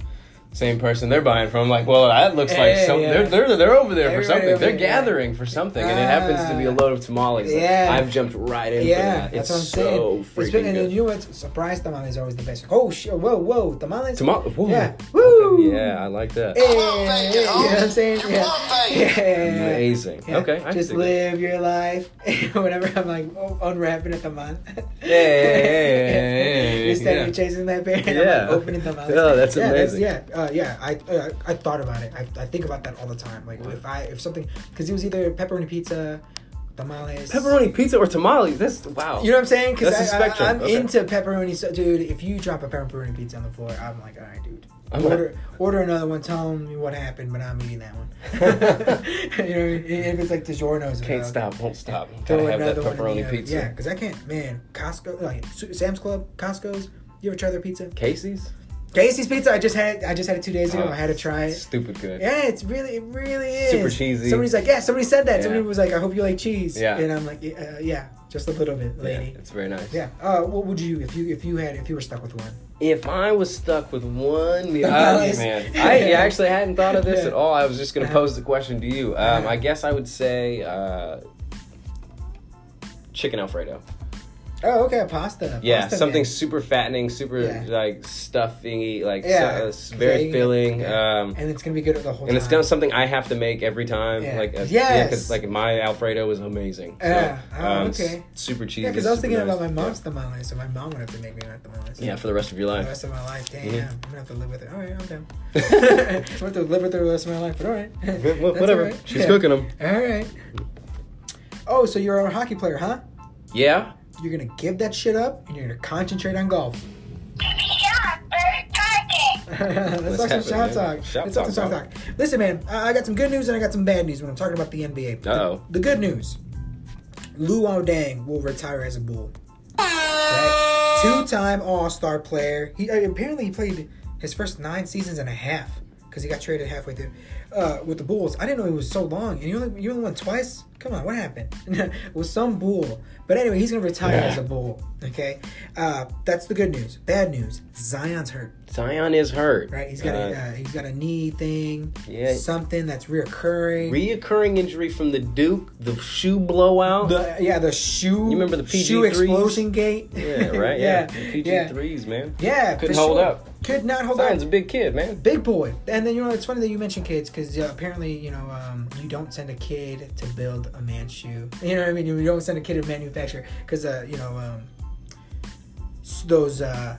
Speaker 2: same person they're buying from. Like, well, that looks like
Speaker 1: Yeah,
Speaker 2: something.
Speaker 1: yeah.
Speaker 2: They're, they're they're over there for
Speaker 1: Everybody
Speaker 2: something.
Speaker 1: over
Speaker 2: They're
Speaker 1: there,
Speaker 2: gathering for something, and it happens to be a
Speaker 1: Ah.
Speaker 2: load of tamales. Like,
Speaker 1: Yeah.
Speaker 2: I've jumped right in.
Speaker 1: Yeah,
Speaker 2: for that.
Speaker 1: that's
Speaker 2: it's
Speaker 1: what I'm
Speaker 2: so
Speaker 1: saying. it's been,
Speaker 2: freaking
Speaker 1: and
Speaker 2: good.
Speaker 1: then you know what? Surprise tamales are always the best. Oh shit! Whoa, whoa, tamales.
Speaker 2: Tama- whoa.
Speaker 1: Yeah.
Speaker 2: Okay,
Speaker 1: Woo.
Speaker 2: yeah, I like that.
Speaker 1: Hey,
Speaker 3: Thank you,
Speaker 1: you know what I'm
Speaker 3: homie.
Speaker 1: saying?
Speaker 3: You're
Speaker 1: Yeah.
Speaker 3: welcome.
Speaker 1: yeah.
Speaker 2: Amazing.
Speaker 1: Yeah.
Speaker 2: Okay, I
Speaker 1: just
Speaker 2: can dig it.
Speaker 1: live your life. Whenever I'm like oh, unwrapping a tamal. Yeah,
Speaker 2: yeah, yeah,
Speaker 1: Instead
Speaker 2: yeah.
Speaker 1: of chasing that bear, and
Speaker 2: Yeah.
Speaker 1: I'm like opening tamales.
Speaker 2: Oh, that's
Speaker 1: yeah,
Speaker 2: amazing.
Speaker 1: yeah, uh, yeah. I, uh, I thought about it. I, I think about that all the time. Like if I if something because it was either pepperoni pizza, tamales.
Speaker 2: Pepperoni pizza or tamales? That's wow.
Speaker 1: You know what I'm saying?
Speaker 2: That's
Speaker 1: Because
Speaker 2: a
Speaker 1: I,
Speaker 2: spectrum.
Speaker 1: I, am
Speaker 2: Okay.
Speaker 1: into pepperoni. So, dude, if you drop a pepperoni pizza on the floor, I'm like, all right, dude.
Speaker 2: I'm
Speaker 1: order order another one. Tell me what happened, but I'm eating that one. you know, what I mean? if it's like DiGiorno's, uh,
Speaker 2: Can't
Speaker 1: about,
Speaker 2: stop, won't stop.
Speaker 1: throw
Speaker 2: Gotta have that
Speaker 1: another one in the
Speaker 2: pepperoni
Speaker 1: oven.
Speaker 2: pizza.
Speaker 1: Yeah, because I can't, man. Costco, like Su- Sam's Club, Costco's. You ever try their pizza?
Speaker 2: Casey's?
Speaker 1: Casey's Pizza. I just had it. I just had it two days ago.
Speaker 2: Oh,
Speaker 1: I had to try it.
Speaker 2: Stupid good.
Speaker 1: Yeah, it's really, it really is.
Speaker 2: Super cheesy.
Speaker 1: Somebody's like, yeah. Somebody said that.
Speaker 2: Yeah.
Speaker 1: Somebody was like, I hope you like cheese.
Speaker 2: Yeah.
Speaker 1: And I'm like, yeah, uh, yeah just a little bit,
Speaker 2: Yeah,
Speaker 1: lady.
Speaker 2: it's very nice.
Speaker 1: Yeah. Uh, what would you if you if you had if you were stuck with one?
Speaker 2: If I was stuck with one meal,
Speaker 1: Nice.
Speaker 2: man, I actually hadn't thought of this
Speaker 1: Yeah.
Speaker 2: at all. I was just gonna
Speaker 1: Oh, Yeah.
Speaker 2: pose the question to you. Um,
Speaker 1: Yeah.
Speaker 2: I guess I would say uh, chicken alfredo.
Speaker 1: Oh, okay, pasta.
Speaker 2: Yeah,
Speaker 1: pasta
Speaker 2: something
Speaker 1: man.
Speaker 2: super fattening, super
Speaker 1: Yeah.
Speaker 2: like stuffy, like
Speaker 1: Yeah.
Speaker 2: so- it's uh, very
Speaker 1: Yeah.
Speaker 2: filling.
Speaker 1: Yeah.
Speaker 2: Um,
Speaker 1: and it's gonna be good the whole
Speaker 2: and
Speaker 1: time.
Speaker 2: it's done something I have to make every time.
Speaker 1: Yeah.
Speaker 2: Like, uh, yeah,
Speaker 1: Yes.
Speaker 2: because like my Alfredo was amazing. So,
Speaker 1: Yeah. Oh,
Speaker 2: it's
Speaker 1: okay.
Speaker 2: Super cheesy.
Speaker 1: Yeah, because I was
Speaker 2: super
Speaker 1: thinking
Speaker 2: nice.
Speaker 1: about my mom's tamales, so my mom would have to make me like tamales.
Speaker 2: Yeah, for the rest of your
Speaker 1: The
Speaker 2: life.
Speaker 1: rest of my life, damn,
Speaker 2: Mhm.
Speaker 1: I'm gonna have to live with it. All right, I'm down. I'm gonna have to live with it the rest of my life, but all right.
Speaker 2: Good, well,
Speaker 1: That's
Speaker 2: whatever.
Speaker 1: all right.
Speaker 2: She's
Speaker 1: Yeah.
Speaker 2: cooking 'em.
Speaker 1: All right. Oh, so you're a hockey player, huh?
Speaker 2: Yeah.
Speaker 1: You're gonna give that shit up, and you're gonna concentrate on golf. Let's talk some
Speaker 2: happening,
Speaker 1: shop
Speaker 2: man?
Speaker 1: talk.
Speaker 2: Shop
Speaker 1: Let's talk some shop
Speaker 2: talk,
Speaker 1: talk. Listen, man, I I got some good news and I got some bad news when I'm talking about the NBA. The-
Speaker 2: Uh-oh.
Speaker 1: The, good news: Luol Deng will retire as a Bull. Two-time All-Star player. He uh, apparently he played his first nine seasons and a half because he got traded halfway through uh, with the Bulls. I didn't know he was so long. And you only you only won twice. Come on, what happened? it was some Bull. But anyway, he's gonna retire as a Bull. Okay, uh, that's the good news. Bad news: Zion's hurt.
Speaker 2: Zion is hurt.
Speaker 1: Right, he's got a
Speaker 2: Uh,
Speaker 1: uh, he's got a knee thing,
Speaker 2: Yeah.
Speaker 1: something that's reoccurring.
Speaker 2: reoccurring injury from the Duke, the shoe blowout.
Speaker 1: the Uh, yeah, the shoe.
Speaker 2: You remember the
Speaker 1: shoe
Speaker 2: PG3s?
Speaker 1: explosion gate?
Speaker 2: yeah, right. Yeah.
Speaker 1: yeah,
Speaker 2: PG
Speaker 1: yeah,
Speaker 2: threes, man.
Speaker 1: yeah.
Speaker 2: Couldn't
Speaker 1: for
Speaker 2: hold
Speaker 1: sure.
Speaker 2: up.
Speaker 1: Could not hold
Speaker 2: Zion's a
Speaker 1: up.
Speaker 2: big kid, man.
Speaker 1: Big boy. And then you know it's funny that you mentioned kids because uh, apparently you know um, you don't send a kid to build a man's shoe. You know what I mean? You don't send a kid to manufacture because uh, you know um, s- those uh,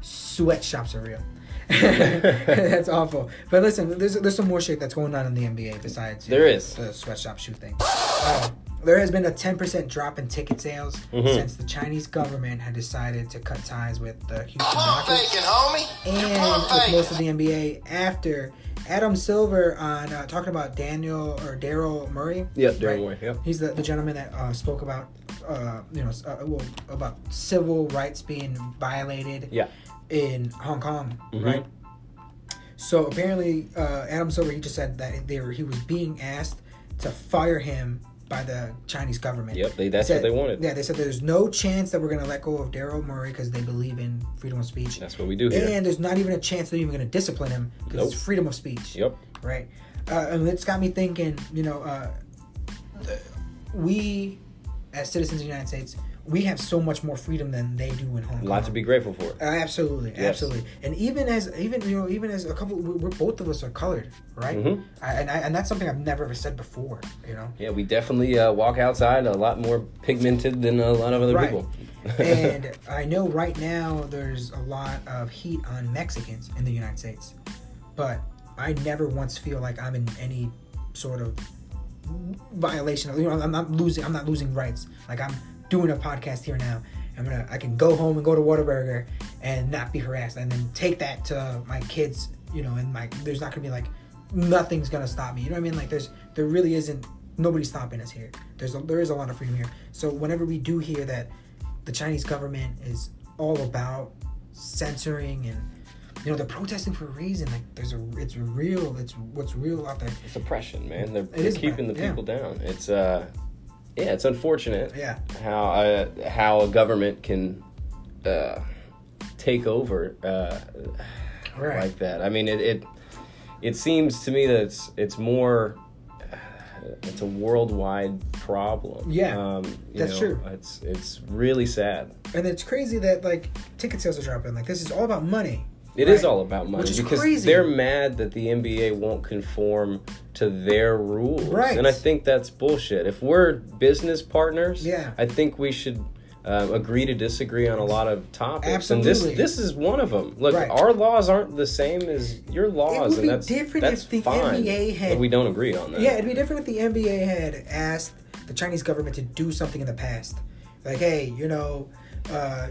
Speaker 1: sweatshops are real. that's awful. But listen, there's there's some more shit that's going on in the NBA besides you
Speaker 2: There
Speaker 1: know,
Speaker 2: is.
Speaker 1: the sweatshop shoe thing. Uh, there has been a 10% drop in ticket sales
Speaker 2: Mm-hmm.
Speaker 1: since the Chinese government had decided to cut ties with the Houston
Speaker 3: Pump
Speaker 1: Rockets
Speaker 3: faking, homie. You
Speaker 1: and
Speaker 3: pump
Speaker 1: with
Speaker 3: faking.
Speaker 1: most of the NBA after Adam Silver on uh, talking about Daniel or Daryl Murray.
Speaker 2: Yep, Daryl Murray, yep.
Speaker 1: He's the, the gentleman that uh, spoke about uh, you know uh, well, about civil rights being violated
Speaker 2: Yeah. Mm-hmm.
Speaker 1: in Hong Kong, right? So apparently, uh, Adam Silver he just said that they were he was being asked to fire him by the Chinese government.
Speaker 2: Yep, they- that's what they wanted.
Speaker 1: Yeah, they said there's no chance that we're going to let go of Daryl Murray because they believe in freedom of speech.
Speaker 2: That's what we do here.
Speaker 1: and there's not even a chance they're even going to discipline him because
Speaker 2: Nope.
Speaker 1: it's freedom of speech.
Speaker 2: Yep.
Speaker 1: Right. Uh, and it's got me thinking, you know, uh, th- we as citizens of the United States, we have so much more freedom than they do in Hong
Speaker 2: A
Speaker 1: Kong.
Speaker 2: lot to be grateful for.
Speaker 1: Uh, absolutely,
Speaker 2: Yes.
Speaker 1: absolutely, and even as even you know even as a couple, we- we're both of us are colored, right?
Speaker 2: Mhm.
Speaker 1: I, and I, and that's something I've never ever said before, you know.
Speaker 2: Yeah, we definitely uh, walk outside a lot more pigmented than a lot of other
Speaker 1: Right.
Speaker 2: people.
Speaker 1: and I know right now there's a lot of heat on Mexicans in the United States, but I never once feel like I'm in any sort of violation. You know, I'm not losing. I'm not losing rights. Like I'm doing a podcast here now. I'm gonna. I can go home and go to Whataburger and not be harassed, and then take that to my kids. You know, and my there's not gonna be like nothing's gonna stop me. You know what I mean? Like there's there really isn't nobody's stopping us here. There's a, there is a lot of freedom here. So whenever we do hear that the Chinese government is all about censoring and you know they're protesting for a reason. Like there's a it's real. It's what's real out there.
Speaker 2: It's oppression, man. They're, they're
Speaker 1: is
Speaker 2: keeping the
Speaker 1: oppression, yeah.
Speaker 2: people down. It's uh, yeah, it's unfortunate.
Speaker 1: Yeah.
Speaker 2: How uh, how a government can uh, take over uh,
Speaker 1: Right.
Speaker 2: like that. I mean, it, it it seems to me that it's it's more it's a worldwide problem.
Speaker 1: Yeah,
Speaker 2: um, you
Speaker 1: that's
Speaker 2: know,
Speaker 1: true.
Speaker 2: It's it's really sad.
Speaker 1: And it's crazy that like ticket sales are dropping. Like this is all about money.
Speaker 2: It is
Speaker 1: right?
Speaker 2: all about money
Speaker 1: Which is
Speaker 2: because
Speaker 1: crazy.
Speaker 2: they're mad that the NBA won't conform to their rules.
Speaker 1: Right.
Speaker 2: And I think that's bullshit. If we're business partners,
Speaker 1: Yeah.
Speaker 2: I think we should um, agree to disagree on a lot of topics.
Speaker 1: Absolutely.
Speaker 2: And this this is one of them. Look,
Speaker 1: Right.
Speaker 2: our laws aren't the same as your laws,
Speaker 1: would
Speaker 2: and
Speaker 1: be
Speaker 2: that's
Speaker 1: different
Speaker 2: that's
Speaker 1: if the
Speaker 2: fine.
Speaker 1: NBA had-
Speaker 2: But we don't agree on that.
Speaker 1: Yeah, it'd be different if the NBA had asked the Chinese government to do something in the past, like hey, you know, uh,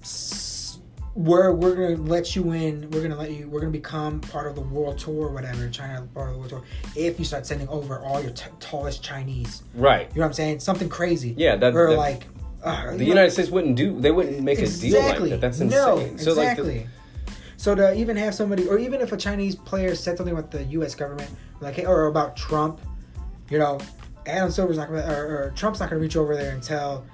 Speaker 1: s- we're we're gonna let you in, we're gonna let you, we're gonna become part of the world tour, or whatever, China part of the world tour, if you start sending over all your t- tallest Chinese.
Speaker 2: right.
Speaker 1: You know what I'm saying? Something crazy.
Speaker 2: Yeah, that-
Speaker 1: or
Speaker 2: that-
Speaker 1: like uh,
Speaker 2: The United States wouldn't do. They wouldn't make a deal like that. That's insane.
Speaker 1: No,
Speaker 2: So like
Speaker 1: exactly.
Speaker 2: the,
Speaker 1: so to even have somebody, or even if a Chinese player said something about the U.S. government, like hey, or about Trump, you know, Adam Silver's not gonna, or, or Trump's not gonna reach over there and tell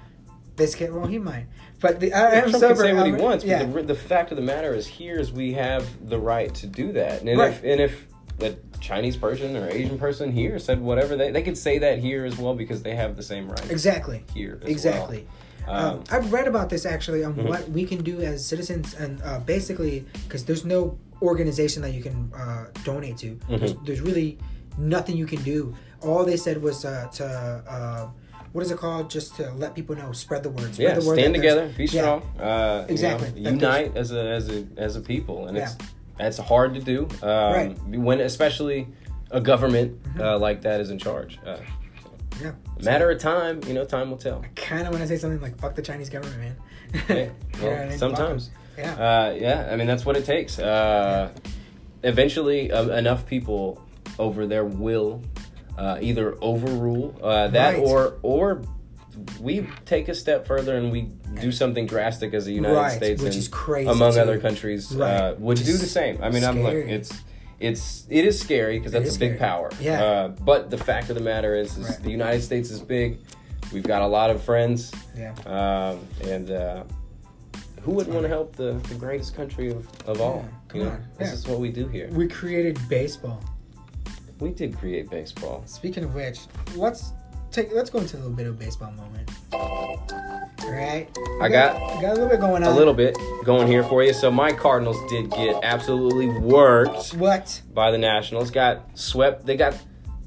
Speaker 1: this kid. Well, he might, but the uh, Adam
Speaker 2: Trump
Speaker 1: Silver
Speaker 2: can say what he
Speaker 1: Albert-
Speaker 2: wants,
Speaker 1: Yeah,
Speaker 2: but the, the fact of the matter is, here is we have the right to do that. And if
Speaker 1: Right.
Speaker 2: and if the Chinese person or Asian person here said whatever they they could say that here as well because they have the same right
Speaker 1: exactly.
Speaker 2: here. As
Speaker 1: Exactly.
Speaker 2: Well. Um, Mhm.
Speaker 1: Um, I've read about this actually on what we can do as citizens, and uh, basically, because there's no organization that you can uh, donate to,
Speaker 2: Mhm.
Speaker 1: there's, there's really nothing you can do. All they said was uh, to uh, what is it called? Just to let people know, spread the word. Spread
Speaker 2: yeah,
Speaker 1: the word
Speaker 2: stand
Speaker 1: that there's-
Speaker 2: together, be
Speaker 1: Yeah.
Speaker 2: strong. Uh, you
Speaker 1: Exactly.
Speaker 2: know,
Speaker 1: That there's-
Speaker 2: unite as a as a as a people, and
Speaker 1: Yeah.
Speaker 2: it's that's hard to do. Um,
Speaker 1: Right. Mm-hmm.
Speaker 2: When especially a government uh, like that is in charge. Uh,
Speaker 1: Yeah.
Speaker 2: matter of time, you know, time will tell.
Speaker 1: Kind of want to say something like "fuck the Chinese government, man."
Speaker 2: Yeah,
Speaker 1: You know
Speaker 2: well,
Speaker 1: what I mean? Fuck 'em.
Speaker 2: sometimes.
Speaker 1: Yeah.
Speaker 2: Uh, yeah, I mean that's what it takes. Uh, eventually, um, enough people over there will uh, either overrule uh, that
Speaker 1: Right.
Speaker 2: or or we take a step further and we do something drastic as the United
Speaker 1: Right,
Speaker 2: States,
Speaker 1: which
Speaker 2: and
Speaker 1: is crazy,
Speaker 2: among
Speaker 1: too.
Speaker 2: other countries uh,
Speaker 1: Right,
Speaker 2: would
Speaker 1: which
Speaker 2: do
Speaker 1: is
Speaker 2: the same. I mean, I'm like
Speaker 1: scary.
Speaker 2: it's. It's it is scary because that's
Speaker 1: is
Speaker 2: a big
Speaker 1: scary.
Speaker 2: power.
Speaker 1: Yeah.
Speaker 2: Uh, but the fact of the matter is, is
Speaker 1: Right.
Speaker 2: the United States is big. We've got a lot of friends.
Speaker 1: Yeah.
Speaker 2: Um, and uh, who wouldn't want to help the, the greatest country of, of all?
Speaker 1: Yeah, come
Speaker 2: you know,
Speaker 1: on,
Speaker 2: this
Speaker 1: yeah.
Speaker 2: is what we do here.
Speaker 1: we created baseball.
Speaker 2: We did create baseball.
Speaker 1: Speaking of which, let's take let's go into a little bit of baseball moment. All right.
Speaker 2: I
Speaker 1: We
Speaker 2: got-
Speaker 1: we got a little bit going on.
Speaker 2: A little bit going here for you. So my Cardinals did get absolutely worked
Speaker 1: What?
Speaker 2: by the Nationals. Got swept. They got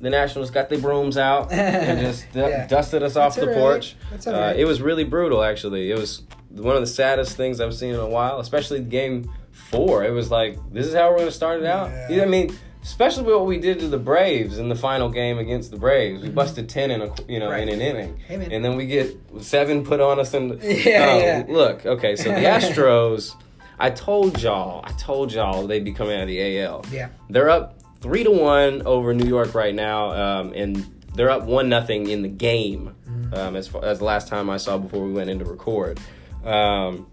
Speaker 2: the Nationals got their brooms out and just du-
Speaker 1: Yeah.
Speaker 2: dusted us off
Speaker 1: That's
Speaker 2: the
Speaker 1: all right.
Speaker 2: porch.
Speaker 1: That's all right.
Speaker 2: uh, it was really brutal, actually. It was one of the saddest things I've seen in a while, especially game four. It was like this is how we're going to start it out.
Speaker 1: Yeah.
Speaker 2: You know what I mean? Especially what we did to the Braves in the final game against the Braves, we busted ten in a you know
Speaker 1: Mm-hmm. Right.
Speaker 2: in an inning,
Speaker 1: Hey, man.
Speaker 2: and then we get seven put on us. And
Speaker 1: Yeah, yeah.
Speaker 2: look, okay, so the Astros, I told y'all, I told y'all they'd be coming out of the AL.
Speaker 1: Yeah.
Speaker 2: They're up three to one over New York right now, um, and they're up one nothing in the game.
Speaker 1: Mm.
Speaker 2: Um, as far as the last time I saw before we went in to record. Um,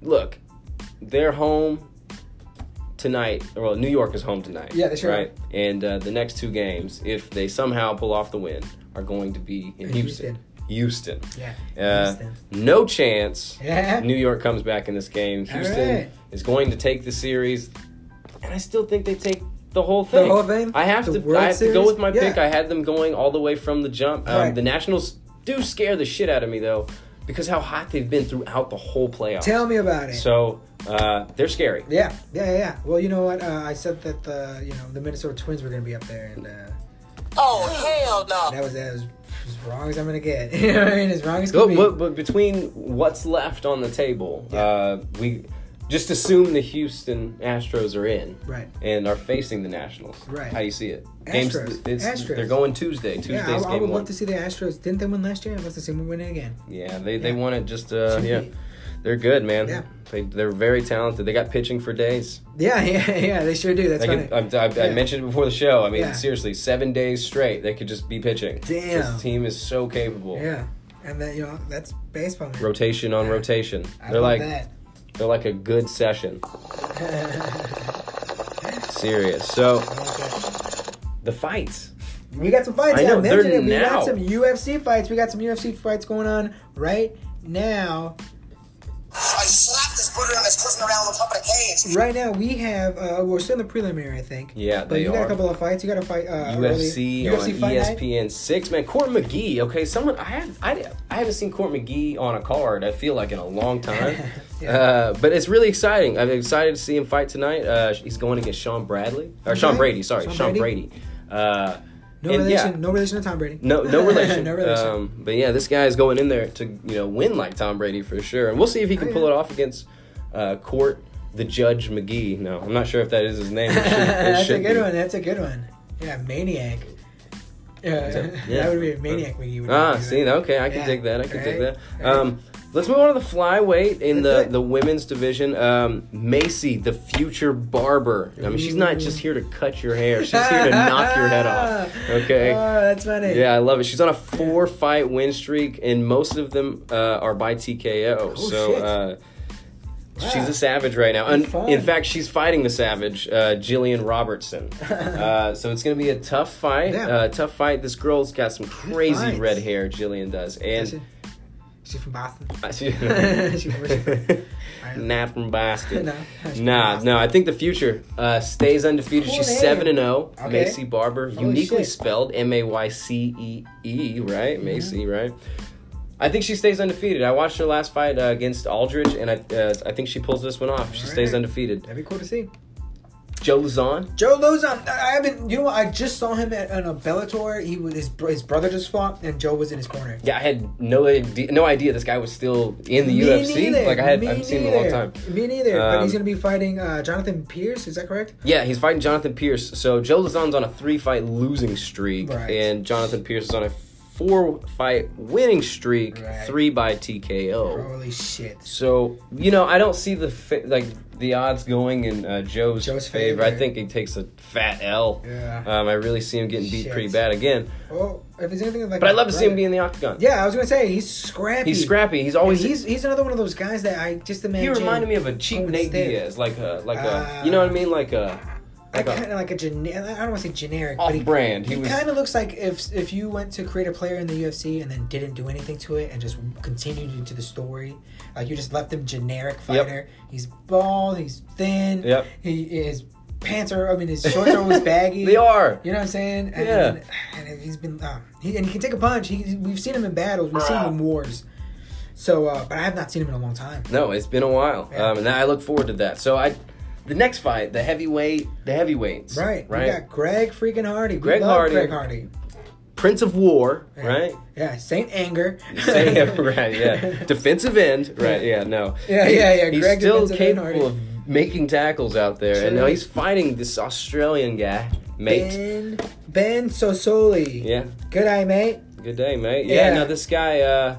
Speaker 2: look, they're home tonight. Well, New York is home tonight.
Speaker 1: Yeah, they sure are.
Speaker 2: Right, and uh, the next two games, if they somehow pull off the win, are going to be in
Speaker 1: In
Speaker 2: Houston. Houston.
Speaker 1: Yeah.
Speaker 2: Uh,
Speaker 1: Houston.
Speaker 2: No chance.
Speaker 1: Yeah.
Speaker 2: New York comes back in this game.
Speaker 1: All
Speaker 2: Houston
Speaker 1: right.
Speaker 2: is going to take the series, and I still think they take the whole
Speaker 1: The
Speaker 2: thing.
Speaker 1: whole thing?
Speaker 2: I have
Speaker 1: The
Speaker 2: to.
Speaker 1: World
Speaker 2: I have to go
Speaker 1: Series?
Speaker 2: with my pick.
Speaker 1: Yeah.
Speaker 2: I had them going all the way from the jump. Um,
Speaker 1: Right.
Speaker 2: The Nationals do scare the shit out of me though, because how hot they've been throughout the whole playoff.
Speaker 1: Tell me about it.
Speaker 2: so uh, they're scary.
Speaker 1: yeah, yeah, yeah, yeah. Well, you know what? Uh, I said that the you know the Minnesota Twins were going to be up there, and uh,
Speaker 3: Oh, hell no.
Speaker 1: that was that was as wrong as I'm going to get. you know what I mean? As wrong as
Speaker 2: But,
Speaker 1: can be.
Speaker 2: but, but between what's left on the table,
Speaker 1: Yeah.
Speaker 2: uh, we just assume the Houston Astros are in,
Speaker 1: Right.
Speaker 2: and are facing the Nationals.
Speaker 1: Right.
Speaker 2: How do you see it?
Speaker 1: Astros.
Speaker 2: It's,
Speaker 1: Astros.
Speaker 2: They're going Tuesday. Tuesday's
Speaker 1: yeah, I, I
Speaker 2: game
Speaker 1: would
Speaker 2: one.
Speaker 1: love to see the Astros. Didn't they win last year? Let's assume we win it again.
Speaker 2: Yeah, they, they
Speaker 1: Yeah.
Speaker 2: want it just uh
Speaker 1: Should
Speaker 2: yeah.
Speaker 1: be.
Speaker 2: They're good, man.
Speaker 1: Yeah.
Speaker 2: They they're very talented. They got pitching for days.
Speaker 1: Yeah, yeah, yeah. They sure do. That's
Speaker 2: They uh,
Speaker 1: funny.
Speaker 2: could, I, I, I
Speaker 1: Yeah.
Speaker 2: mentioned it before the show. I mean,
Speaker 1: Yeah.
Speaker 2: seriously, seven days straight, they could just be pitching.
Speaker 1: Damn.
Speaker 2: This team is so capable.
Speaker 1: yeah, and that you know that's baseball. Man.
Speaker 2: Rotation on
Speaker 1: Yeah.
Speaker 2: rotation.
Speaker 1: I
Speaker 2: they're
Speaker 1: love
Speaker 2: like
Speaker 1: that.
Speaker 2: they're like a good session. Serious.
Speaker 1: I
Speaker 2: So
Speaker 1: like that.
Speaker 2: the fights.
Speaker 1: We got some fights.
Speaker 2: I
Speaker 1: I
Speaker 2: know,
Speaker 1: mentioned
Speaker 2: they're
Speaker 1: it. We
Speaker 2: now.
Speaker 1: got some UFC fights. We got some UFC fights going on right now.
Speaker 3: I slapped this booger and it's pushing around on top of the cage.
Speaker 1: Right now we have. Uh, we're still in the preliminary, I think.
Speaker 2: Yeah,
Speaker 1: but
Speaker 2: they
Speaker 1: you got
Speaker 2: are.
Speaker 1: a couple of fights. You got a fight. Uh,
Speaker 2: UFC,
Speaker 1: early.
Speaker 2: on E
Speaker 1: fight night?
Speaker 2: ESPN six. Man, Court McGee. Okay, someone I have I, I haven't seen Court McGee on a card. I feel like in a long time.
Speaker 1: Yeah.
Speaker 2: uh, but it's really exciting. I'm excited to see him fight tonight. Uh, he's going against Sean Bradley or Sean
Speaker 1: Okay.
Speaker 2: Brady. Sorry,
Speaker 1: Sean
Speaker 2: Sean Brady.
Speaker 1: Brady.
Speaker 2: Uh,
Speaker 1: No
Speaker 2: and
Speaker 1: relation.
Speaker 2: yeah.
Speaker 1: No relation to Tom Brady.
Speaker 2: No, no relation.
Speaker 1: no relation.
Speaker 2: Um, but yeah, this guy is going in there to you know win like Tom Brady for sure, and we'll see if he can
Speaker 1: Oh,
Speaker 2: pull
Speaker 1: yeah.
Speaker 2: it off against uh, Court the Judge McGee. No, I'm not sure if that is his name. It should- it
Speaker 1: That's a
Speaker 2: should
Speaker 1: good
Speaker 2: be.
Speaker 1: one. That's a good one. Yeah, maniac. Uh,
Speaker 2: Yeah.
Speaker 1: That would be a maniac when you would.
Speaker 2: Ah,
Speaker 1: do
Speaker 2: see,
Speaker 1: that.
Speaker 2: okay, I can
Speaker 1: Yeah,
Speaker 2: dig that. I can dig
Speaker 1: right,
Speaker 2: that. Um, let's move on to the flyweight in
Speaker 1: That's
Speaker 2: the,
Speaker 1: it.
Speaker 2: the women's division. Um, Macy, the future barber. I mean, she's not just here to cut your hair; she's here to knock your head off. Okay.
Speaker 1: Oh, that's funny.
Speaker 2: Yeah, I love it. She's on a four fight win streak, and most of them uh, are by TKO. so
Speaker 1: Oh, shit.
Speaker 2: Uh, she's
Speaker 1: Wow.
Speaker 2: a savage right now. And
Speaker 1: fun.
Speaker 2: in fact, she's fighting the savage, uh, Jillian Robertson. uh, so it's going to be a tough fight.
Speaker 1: Yeah.
Speaker 2: Uh, tough fight. This girl's got some crazy
Speaker 1: fights.
Speaker 2: red hair, Jillian does. And
Speaker 1: She- She's from Boston. She-
Speaker 2: not from Boston.
Speaker 1: No, she's from
Speaker 2: nah,
Speaker 1: Boston.
Speaker 2: no. I think the future uh, stays undefeated.
Speaker 1: Cool
Speaker 2: She's
Speaker 1: name.
Speaker 2: seven and zero.
Speaker 1: Okay.
Speaker 2: Macy Barber,
Speaker 1: Holy
Speaker 2: uniquely
Speaker 1: shit. Mm-hmm.
Speaker 2: spelled M A Y C E E, right? Macy, right? I think she stays undefeated. I watched her last fight uh, against Aldridge, and I uh, I think she pulls this one off. She
Speaker 1: All
Speaker 2: stays
Speaker 1: right.
Speaker 2: undefeated.
Speaker 1: That'd be cool to see.
Speaker 2: Joe Luzon.
Speaker 1: Joe Lozon, I have been. You know what? I just saw him at on a Bellator. He was his, br- his brother just fought, and Joe was in his corner.
Speaker 2: Yeah, I had no idea, no idea this guy was still in the UFC.
Speaker 1: neither.
Speaker 2: Like I had,
Speaker 1: Me
Speaker 2: I've seen him a long
Speaker 1: neither.
Speaker 2: time.
Speaker 1: Me neither. but
Speaker 2: Um,
Speaker 1: he's gonna be fighting uh, Jonathan Pierce. Is that correct?
Speaker 2: Yeah, he's fighting Jonathan Pierce. So Joe Lazon's on a three fight losing streak,
Speaker 1: Right.
Speaker 2: and Jonathan Pierce is on a four fight winning streak,
Speaker 1: Right.
Speaker 2: three by TKO.
Speaker 1: Holy shit!
Speaker 2: So you know, I don't see the fa- like the odds going in uh, Joe's,
Speaker 1: Joe's
Speaker 2: favor.
Speaker 1: favor.
Speaker 2: I think he takes a fat L.
Speaker 1: Yeah.
Speaker 2: Um, I really see him getting beat
Speaker 1: Shit.
Speaker 2: pretty bad again.
Speaker 1: Oh, if there's anything like.
Speaker 2: But
Speaker 1: my
Speaker 2: I'd love to see him
Speaker 1: brother-
Speaker 2: be in the octagon.
Speaker 1: Yeah, I was gonna say he's scrappy.
Speaker 2: He's scrappy. He's always.
Speaker 1: he's he's another one of those guys that I just
Speaker 2: he
Speaker 1: imagine.
Speaker 2: reminded me of a cheap
Speaker 1: Owen
Speaker 2: Nate
Speaker 1: Stead.
Speaker 2: Diaz, like a like a.
Speaker 1: Ah.
Speaker 2: You know what I mean? Like a.
Speaker 1: I
Speaker 2: Like a-
Speaker 1: kind of like a generic. I don't want to say generic.
Speaker 2: Off
Speaker 1: but he,
Speaker 2: brand. He
Speaker 1: He,
Speaker 2: was-
Speaker 1: kind of looks like if if you went to create a player in the UFC and then didn't do anything to it and just continued into the story, like you just left him generic
Speaker 2: Yep.
Speaker 1: fighter. He's bald. He's thin.
Speaker 2: Yep.
Speaker 1: He his pants are. I mean, his shorts are always baggy.
Speaker 2: They are.
Speaker 1: You know what I'm saying? And,
Speaker 2: Yeah.
Speaker 1: And he's been. Uh, he, and he can take a punch. He, we've seen him in battles. We've seen him in wars. So, uh, but I have not seen him in a long time.
Speaker 2: No, it's been a while,
Speaker 1: Yeah.
Speaker 2: um, and I look forward to that. So I, the next fight, the heavyweight, the heavyweights,
Speaker 1: Right. We
Speaker 2: right,
Speaker 1: got Greg freaking Hardy. We
Speaker 2: Greg
Speaker 1: love
Speaker 2: Hardy.
Speaker 1: Greg Hardy.
Speaker 2: Prince of War, right.
Speaker 1: Yeah, Saint Anger.
Speaker 2: Say it right, yeah. Defensive end, right? Yeah, no.
Speaker 1: Yeah, yeah, yeah,
Speaker 2: He's
Speaker 1: Greg
Speaker 2: still
Speaker 1: defensive end
Speaker 2: capable of
Speaker 1: Hardy.
Speaker 2: making tackles out there,
Speaker 1: Sure.
Speaker 2: and now he's fighting this Australian guy, mate.
Speaker 1: Ben Ben Sosoli.
Speaker 2: Yeah,
Speaker 1: Good eye, mate.
Speaker 2: good day, mate. Yeah,
Speaker 1: Yeah.
Speaker 2: now this guy, uh,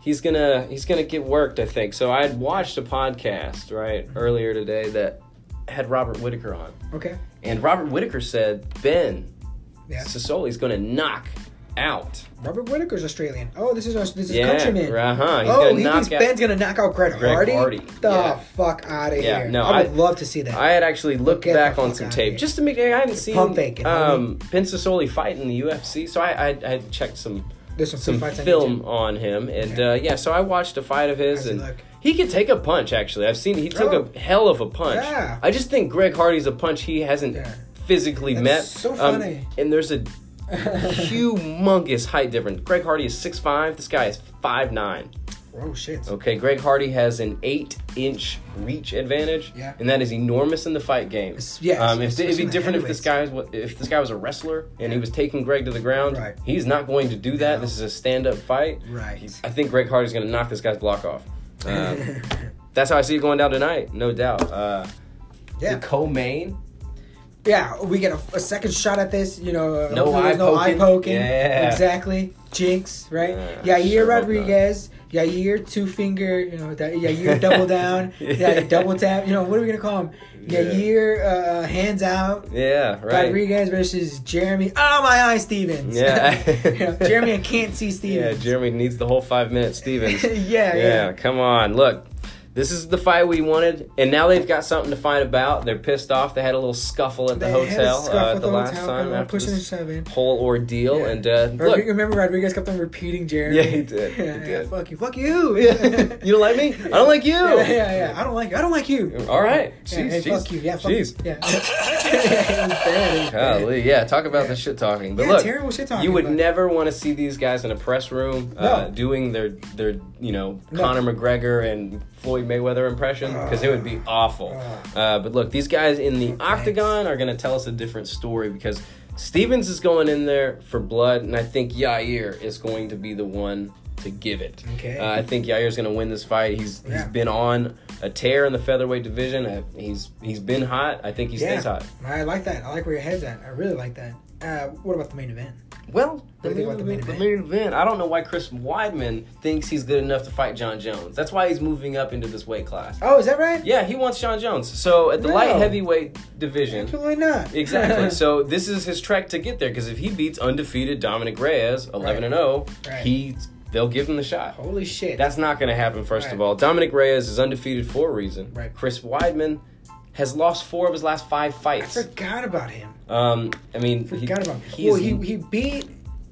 Speaker 2: he's gonna he's gonna get worked, I think. So I had watched a podcast right earlier today that had Robert Whitaker on.
Speaker 1: Okay.
Speaker 2: And Robert Whitaker said Ben
Speaker 1: Yeah.
Speaker 2: Sisoli's going to knock out.
Speaker 1: Robert Whitaker's Australian. Oh, this is our, this is
Speaker 2: Yeah,
Speaker 1: Countryman.
Speaker 2: right, huh. He's
Speaker 1: oh,
Speaker 2: gonna
Speaker 1: he
Speaker 2: knock
Speaker 1: thinks
Speaker 2: out-
Speaker 1: Ben's gonna knock out Greg,
Speaker 2: Greg
Speaker 1: Hardy.
Speaker 2: Hardy,
Speaker 1: The
Speaker 2: yeah.
Speaker 1: fuck out of
Speaker 2: Yeah,
Speaker 1: here.
Speaker 2: no,
Speaker 1: I
Speaker 2: I-
Speaker 1: would love to see that.
Speaker 2: I had actually looked
Speaker 1: Get the
Speaker 2: back on
Speaker 1: fuck
Speaker 2: some
Speaker 1: outta
Speaker 2: tape
Speaker 1: here.
Speaker 2: just to make. I hadn't seen
Speaker 1: Pump faking,
Speaker 2: um, Pensasoli fight in the UFC, so I I, I had checked some
Speaker 1: There's some,
Speaker 2: some
Speaker 1: free fights on
Speaker 2: film
Speaker 1: YouTube.
Speaker 2: on him, and
Speaker 1: Yeah.
Speaker 2: uh, yeah, so I watched a fight of his,
Speaker 1: How's he
Speaker 2: and
Speaker 1: look?
Speaker 2: he could take a punch. Actually, I've seen he took
Speaker 1: Oh.
Speaker 2: a hell of a punch.
Speaker 1: Yeah.
Speaker 2: I just think Greg Hardy's a punch he hasn't
Speaker 1: Yeah.
Speaker 2: physically
Speaker 1: That's
Speaker 2: met.
Speaker 1: so
Speaker 2: Um,
Speaker 1: funny.
Speaker 2: and there's a humongous height difference. Greg Hardy is six five. This guy is five nine.
Speaker 1: Oh shit.
Speaker 2: Okay, Greg Hardy has an eight-inch reach advantage,
Speaker 1: Yeah.
Speaker 2: and that is enormous in the fight game.
Speaker 1: It's- yes,
Speaker 2: um, if,
Speaker 1: especially
Speaker 2: it'd be
Speaker 1: in the
Speaker 2: different if this guy was if this guy was a wrestler and he was taking Greg to the ground.
Speaker 1: Right.
Speaker 2: He's not going to do that.
Speaker 1: No.
Speaker 2: This is a stand-up fight.
Speaker 1: Right.
Speaker 2: He- I think Greg Hardy's going to knock this guy's block off. Um, that's how I see it going down tonight, no doubt. Uh,
Speaker 1: Yeah.
Speaker 2: The co-main,
Speaker 1: Yeah, we get a, a second shot at this. You know, uh,
Speaker 2: No
Speaker 1: hopefully
Speaker 2: eye
Speaker 1: there's no eye
Speaker 2: poking.
Speaker 1: poking.
Speaker 2: Yeah.
Speaker 1: exactly. Jinx, right?
Speaker 2: Yeah,
Speaker 1: Yair
Speaker 2: sure hope
Speaker 1: Rodriguez, Yair Two Finger, you know, that, Yair Double Down, yeah. Double Tap. You know, what are we gonna call him?
Speaker 2: Yeah.
Speaker 1: Yair uh, Hands Out.
Speaker 2: yeah, right.
Speaker 1: Rodriguez versus Jeremy. Oh my eye, Stevens.
Speaker 2: Yeah.
Speaker 1: You know, Jeremy, I can't see
Speaker 2: Yeah,
Speaker 1: Stevens.
Speaker 2: Jeremy needs the whole five minutes, Stevens.
Speaker 1: yeah,
Speaker 2: yeah,
Speaker 1: yeah.
Speaker 2: come on. Look, this is the fight we wanted, and now they've got something to fight about. They're pissed off. They had a little scuffle at the
Speaker 1: They had a
Speaker 2: hotel
Speaker 1: scuffle
Speaker 2: uh,
Speaker 1: at
Speaker 2: at
Speaker 1: the
Speaker 2: the last
Speaker 1: hotel,
Speaker 2: time
Speaker 1: and
Speaker 2: after
Speaker 1: pushing
Speaker 2: this
Speaker 1: and shoving.
Speaker 2: whole ordeal.
Speaker 1: Yeah.
Speaker 2: And uh,
Speaker 1: Rodri-
Speaker 2: look,
Speaker 1: remember Rodriguez kept on repeating Jeremy.
Speaker 2: Yeah, he did. He
Speaker 1: Yeah, yeah,
Speaker 2: did.
Speaker 1: fuck you, fuck you.
Speaker 2: you don't like me? I don't like you.
Speaker 1: Yeah, yeah, yeah. I don't like you. I don't like you.
Speaker 2: All right.
Speaker 1: Yeah,
Speaker 2: Jeez,
Speaker 1: hey,
Speaker 2: jeez,
Speaker 1: fuck you. Yeah, fuck
Speaker 2: jeez.
Speaker 1: Yeah. yeah, it was bad. It was bad.
Speaker 2: Golly, yeah, talk about the shit talking. But
Speaker 1: Yeah,
Speaker 2: look,
Speaker 1: terrible shit talking,
Speaker 2: you would
Speaker 1: but-
Speaker 2: never want to see these guys in a press room uh,
Speaker 1: No.
Speaker 2: doing their their you know Conor McGregor and Floyd Mayweather impression because it would be awful. Uh, but look, these guys in the octagon are going to tell us a different story because Stevens is going in there for blood, and I think Yair is going to be the one to give it.
Speaker 1: Okay.
Speaker 2: Uh, I think Yair's going to win this fight. He's
Speaker 1: Yeah.
Speaker 2: he's been on a tear in the featherweight division. Uh, he's he's been hot. I think he
Speaker 1: Yeah.
Speaker 2: stays hot.
Speaker 1: I like that. I like where your head's at. I really like that. Uh, what about the main event?
Speaker 2: Well,
Speaker 1: What do
Speaker 2: the
Speaker 1: you
Speaker 2: main,
Speaker 1: think about the main
Speaker 2: event, the
Speaker 1: event?
Speaker 2: main event. I don't know why Chris Weidman thinks he's good enough to fight John Jones. That's why he's moving up into this weight class.
Speaker 1: Oh, is that right?
Speaker 2: Yeah, he wants John Jones. So at the
Speaker 1: No.
Speaker 2: light heavyweight division.
Speaker 1: Absolutely not.
Speaker 2: Exactly. So this is his trek to get there because if he beats undefeated Dominic Reyes, 11 and 0,
Speaker 1: Right.
Speaker 2: he they'll give him the shot.
Speaker 1: Holy shit.
Speaker 2: That's not going to happen, first
Speaker 1: Right.
Speaker 2: of all. Dominic Reyes is undefeated for a reason.
Speaker 1: Right.
Speaker 2: Chris Weidman has lost four of his last five
Speaker 1: I
Speaker 2: fights.
Speaker 1: forgot about him.
Speaker 2: um, I mean, he-
Speaker 1: Forgot about him.
Speaker 2: he
Speaker 1: well,
Speaker 2: is-
Speaker 1: he, he beat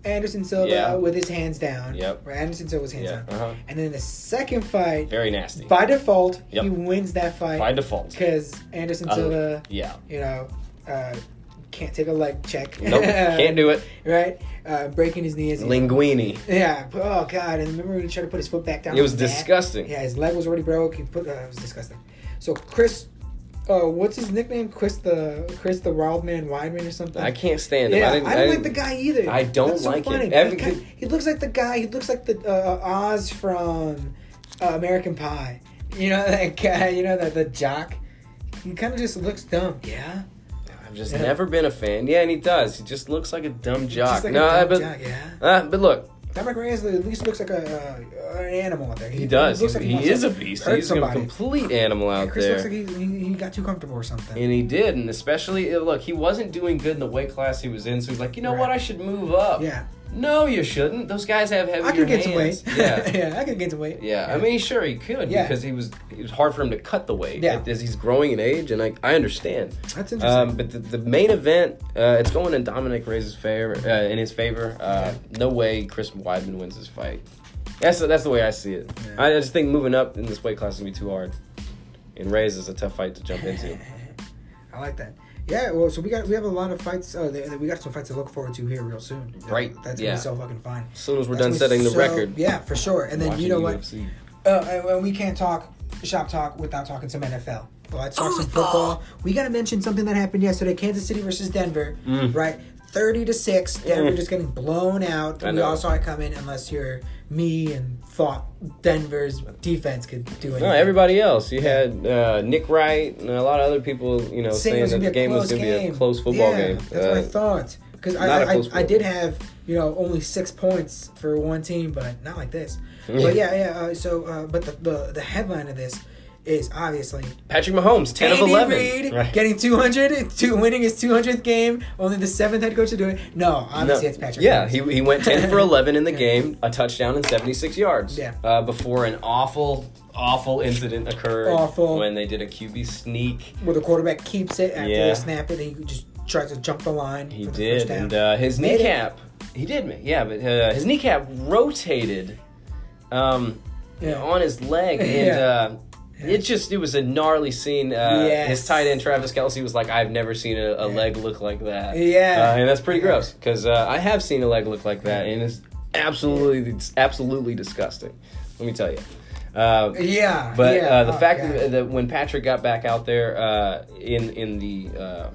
Speaker 1: Anderson Silva
Speaker 2: Yeah.
Speaker 1: with his hands down.
Speaker 2: Yep.
Speaker 1: Right, Anderson Silva's hands
Speaker 2: Yeah,
Speaker 1: down.
Speaker 2: uh-huh.
Speaker 1: And then the second fight,
Speaker 2: very nasty.
Speaker 1: by default,
Speaker 2: Yep.
Speaker 1: he wins that fight.
Speaker 2: By default.
Speaker 1: Because Anderson
Speaker 2: Uh,
Speaker 1: Silva,
Speaker 2: yeah.
Speaker 1: you know, uh, can't take a leg check.
Speaker 2: Nope, can't do it.
Speaker 1: Right? Uh, breaking his knee is
Speaker 2: Linguini.
Speaker 1: Yeah. Oh god! And remember when he tried to put his foot back down?
Speaker 2: It was
Speaker 1: his back?
Speaker 2: disgusting.
Speaker 1: Yeah, his leg was already broke. He put. Uh, it was disgusting. So Chris, uh, what's his nickname? Chris the Chris the Wild Man Wineman or something.
Speaker 2: I can't stand him.
Speaker 1: Yeah,
Speaker 2: I,
Speaker 1: I,
Speaker 2: didn't,
Speaker 1: don't like
Speaker 2: didn't-
Speaker 1: the guy either.
Speaker 2: I don't
Speaker 1: That's
Speaker 2: like
Speaker 1: so
Speaker 2: him.
Speaker 1: funny.
Speaker 2: Every-
Speaker 1: The guy- he looks like the guy. He looks like the uh, Oz from uh, American Pie. You know that guy. You know that the jock. He kind of just looks dumb. Yeah.
Speaker 2: I've just
Speaker 1: Yeah.
Speaker 2: never been a fan. Yeah, and he does. He just looks like a dumb jock.
Speaker 1: Just like
Speaker 2: no,
Speaker 1: a dumb
Speaker 2: but
Speaker 1: jock, yeah.
Speaker 2: uh, but look,
Speaker 1: Dominic Reyes at least looks like a uh, an animal out there.
Speaker 2: he does. He,
Speaker 1: looks like
Speaker 2: he
Speaker 1: wants
Speaker 2: is
Speaker 1: to
Speaker 2: a beast.
Speaker 1: hurt
Speaker 2: He's a
Speaker 1: somebody.
Speaker 2: complete animal out
Speaker 1: Chris
Speaker 2: there.
Speaker 1: looks like he, he, he got too comfortable or something.
Speaker 2: and he did, and especially uh, look, he wasn't doing good in the weight class he was in, so he's like, you know
Speaker 1: Right.
Speaker 2: what, I should move up.
Speaker 1: yeah,
Speaker 2: No, you shouldn't. Those guys have heavier
Speaker 1: I could get some
Speaker 2: hands.
Speaker 1: weight.
Speaker 2: Yeah.
Speaker 1: yeah, I could get some weight.
Speaker 2: Yeah, I mean, sure he could
Speaker 1: Yeah.
Speaker 2: because he was it was hard for him to cut the weight
Speaker 1: Yeah.
Speaker 2: as he's growing in age, and I I understand.
Speaker 1: That's interesting.
Speaker 2: Um, but the, the main event, uh, it's going in Dominic Reyes' favor. Uh, in his favor, uh, no way Chris Weidman wins this fight. That's that's the way I see it.
Speaker 1: Yeah.
Speaker 2: I just think moving up in this weight class is gonna be too hard, and Reyes is a tough fight to jump into.
Speaker 1: I like that. Yeah, well, so we got we have a lot of fights. Uh, th- th- we got some fights to look forward to here real soon.
Speaker 2: Right,
Speaker 1: That's gonna
Speaker 2: yeah.
Speaker 1: be so fucking fun.
Speaker 2: As soon as we're
Speaker 1: That's
Speaker 2: done
Speaker 1: gonna be
Speaker 2: setting the
Speaker 1: so-
Speaker 2: record,
Speaker 1: Yeah, for sure. And then
Speaker 2: watching
Speaker 1: you know what?
Speaker 2: UFC.
Speaker 1: Uh, and- and we can't talk shop talk without talking some NFL. Well, let's talk some football. We got to mention something that happened yesterday: Kansas City versus Denver,
Speaker 2: Mm.
Speaker 1: right? Thirty to six, Denver just getting blown out.
Speaker 2: I
Speaker 1: we
Speaker 2: know.
Speaker 1: all saw it coming, unless you're me and thought Denver's defense could do anything.
Speaker 2: No, Oh, everybody else. You had uh, Nick Wright and a lot of other people, you
Speaker 1: Saying
Speaker 2: know,
Speaker 1: it
Speaker 2: saying,
Speaker 1: was
Speaker 2: that
Speaker 1: gonna be a
Speaker 2: the game was
Speaker 1: close
Speaker 2: going to be a
Speaker 1: game.
Speaker 2: close football
Speaker 1: yeah,
Speaker 2: game.
Speaker 1: That's
Speaker 2: Uh,
Speaker 1: what I thought. Because I,
Speaker 2: not a
Speaker 1: I,
Speaker 2: close
Speaker 1: I, I did have you know only six points for one team, but not like this. But yeah, yeah. Uh, so, uh, but the, the the headline of this is obviously
Speaker 2: Patrick Mahomes, 10 of
Speaker 1: Andy
Speaker 2: 11.
Speaker 1: Reid
Speaker 2: Right.
Speaker 1: getting 200, two, winning his 200th game, only the seventh head coach to do it. No,
Speaker 2: No.
Speaker 1: obviously it's Patrick.
Speaker 2: Yeah,
Speaker 1: Mahomes.
Speaker 2: he, he went 10 for 11 in the game, a touchdown and 76 yards.
Speaker 1: Yeah.
Speaker 2: Uh, before an awful, awful incident occurred.
Speaker 1: Awful.
Speaker 2: When they did a QB sneak.
Speaker 1: where the quarterback keeps it after
Speaker 2: Yeah.
Speaker 1: they snap it, and he just tries to jump the line.
Speaker 2: He
Speaker 1: for the
Speaker 2: did.
Speaker 1: first down.
Speaker 2: And uh, his
Speaker 1: Made it.
Speaker 2: kneecap. He did, ma- yeah, but uh, his kneecap rotated um,
Speaker 1: Yeah.
Speaker 2: on his leg. And.
Speaker 1: Yeah.
Speaker 2: Uh, it just it was a gnarly scene. Uh,
Speaker 1: Yes.
Speaker 2: His tight end Travis Kelsey was like, "I've never seen a, a
Speaker 1: Yeah.
Speaker 2: leg look like that."
Speaker 1: Yeah.
Speaker 2: uh, and that's pretty gross because uh, I have seen a leg look like that, and it's absolutely it's absolutely disgusting. Let me tell you. Uh,
Speaker 1: yeah,
Speaker 2: but
Speaker 1: yeah.
Speaker 2: uh, the
Speaker 1: Oh,
Speaker 2: fact
Speaker 1: God.
Speaker 2: that, that when Patrick got back out there uh, in in the uh,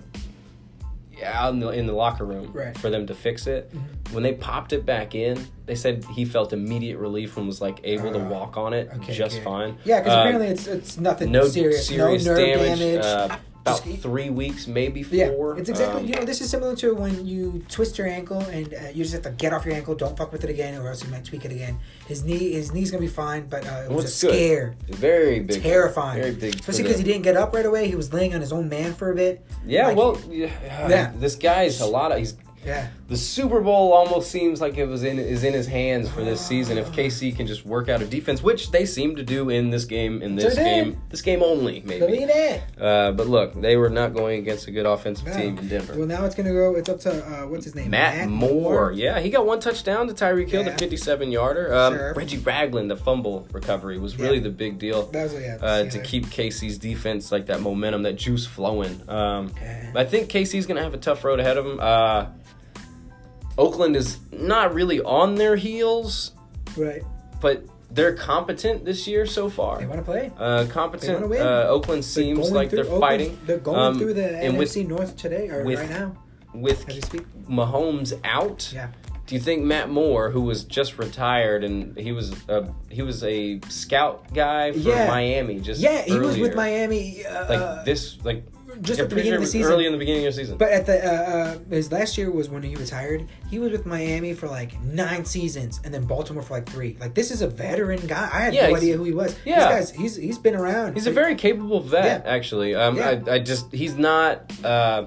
Speaker 2: out in the, in the locker room
Speaker 1: Right. Mm-hmm.
Speaker 2: for them to fix it, when they popped it back in, they said he felt immediate relief and was like able to walk on it
Speaker 1: Ah, Okay,
Speaker 2: just
Speaker 1: good.
Speaker 2: fine.
Speaker 1: Yeah, because
Speaker 2: Uh,
Speaker 1: apparently it's it's nothing
Speaker 2: no
Speaker 1: serious,
Speaker 2: serious,
Speaker 1: no nerve
Speaker 2: damage.
Speaker 1: damage.
Speaker 2: Uh, about
Speaker 1: Just-
Speaker 2: three weeks, maybe
Speaker 1: yeah,
Speaker 2: four.
Speaker 1: it's exactly.
Speaker 2: Um,
Speaker 1: you know, this is similar to when you twist your ankle and uh, you just have to get off your ankle. Don't fuck with it again, or else you might tweak it again. His knee, his knee's gonna be fine, but uh, it was a
Speaker 2: it's good.
Speaker 1: scare.
Speaker 2: very big,
Speaker 1: Terrifying,
Speaker 2: very big. for
Speaker 1: especially because
Speaker 2: the-
Speaker 1: he didn't get up right away. He was laying on his own man for a bit.
Speaker 2: Yeah,
Speaker 1: Like,
Speaker 2: well, yeah,
Speaker 1: Yeah.
Speaker 2: this guy's a lot of. He's
Speaker 1: yeah,
Speaker 2: the Super Bowl almost seems like it was in is in his hands for this season if KC can just work out a defense, which they seem to do in this game, in this
Speaker 1: They did.
Speaker 2: game, this game only maybe.
Speaker 1: believe it.
Speaker 2: Uh, but look, they were not going against a good offensive team in Denver.
Speaker 1: Well, now it's gonna go. It's up to uh, what's his name,
Speaker 2: Matt, Moore. yeah, he got one touchdown to Tyreek Hill,
Speaker 1: Yeah.
Speaker 2: the 57 yarder. Um,
Speaker 1: Sure.
Speaker 2: Reggie Ragland, the fumble recovery was really
Speaker 1: Yeah.
Speaker 2: the big deal
Speaker 1: That was what- yeah,
Speaker 2: uh,
Speaker 1: see
Speaker 2: to
Speaker 1: there.
Speaker 2: keep Casey's defense like that momentum, that juice flowing. Um,
Speaker 1: Okay.
Speaker 2: I think Casey's gonna have a tough road ahead of him. Uh, Oakland is not really on their heels,
Speaker 1: Right.
Speaker 2: but they're competent this year so far.
Speaker 1: They want to play.
Speaker 2: Uh,
Speaker 1: They
Speaker 2: competent.
Speaker 1: wanna win.
Speaker 2: Uh, Oakland seems
Speaker 1: going
Speaker 2: like they're
Speaker 1: through-
Speaker 2: fighting.
Speaker 1: Oakland's- They're going
Speaker 2: Um,
Speaker 1: through the
Speaker 2: and
Speaker 1: NFC
Speaker 2: with
Speaker 1: North today or
Speaker 2: with-
Speaker 1: right now.
Speaker 2: with
Speaker 1: As we speak.
Speaker 2: Mahomes out.
Speaker 1: Yeah.
Speaker 2: Do you think Matt Moore, who was just retired and he was a he was a scout guy for
Speaker 1: Yeah.
Speaker 2: Miami, just
Speaker 1: Yeah, he was with
Speaker 2: earlier,
Speaker 1: Miami. Uh,
Speaker 2: Like this, like
Speaker 1: just
Speaker 2: yeah,
Speaker 1: at the beginning of the
Speaker 2: pretty
Speaker 1: season.
Speaker 2: early in the beginning of the season.
Speaker 1: But at the uh, uh, his last year was when he retired. He was with Miami for like nine seasons, and then Baltimore for like three. Like this is a veteran guy. I had
Speaker 2: Yeah,
Speaker 1: no
Speaker 2: he's-
Speaker 1: idea who he was.
Speaker 2: yeah.
Speaker 1: this guy's he's he's been around.
Speaker 2: he's a very capable vet,
Speaker 1: Yeah.
Speaker 2: actually. Um,
Speaker 1: Yeah.
Speaker 2: I, I just he's not. Uh,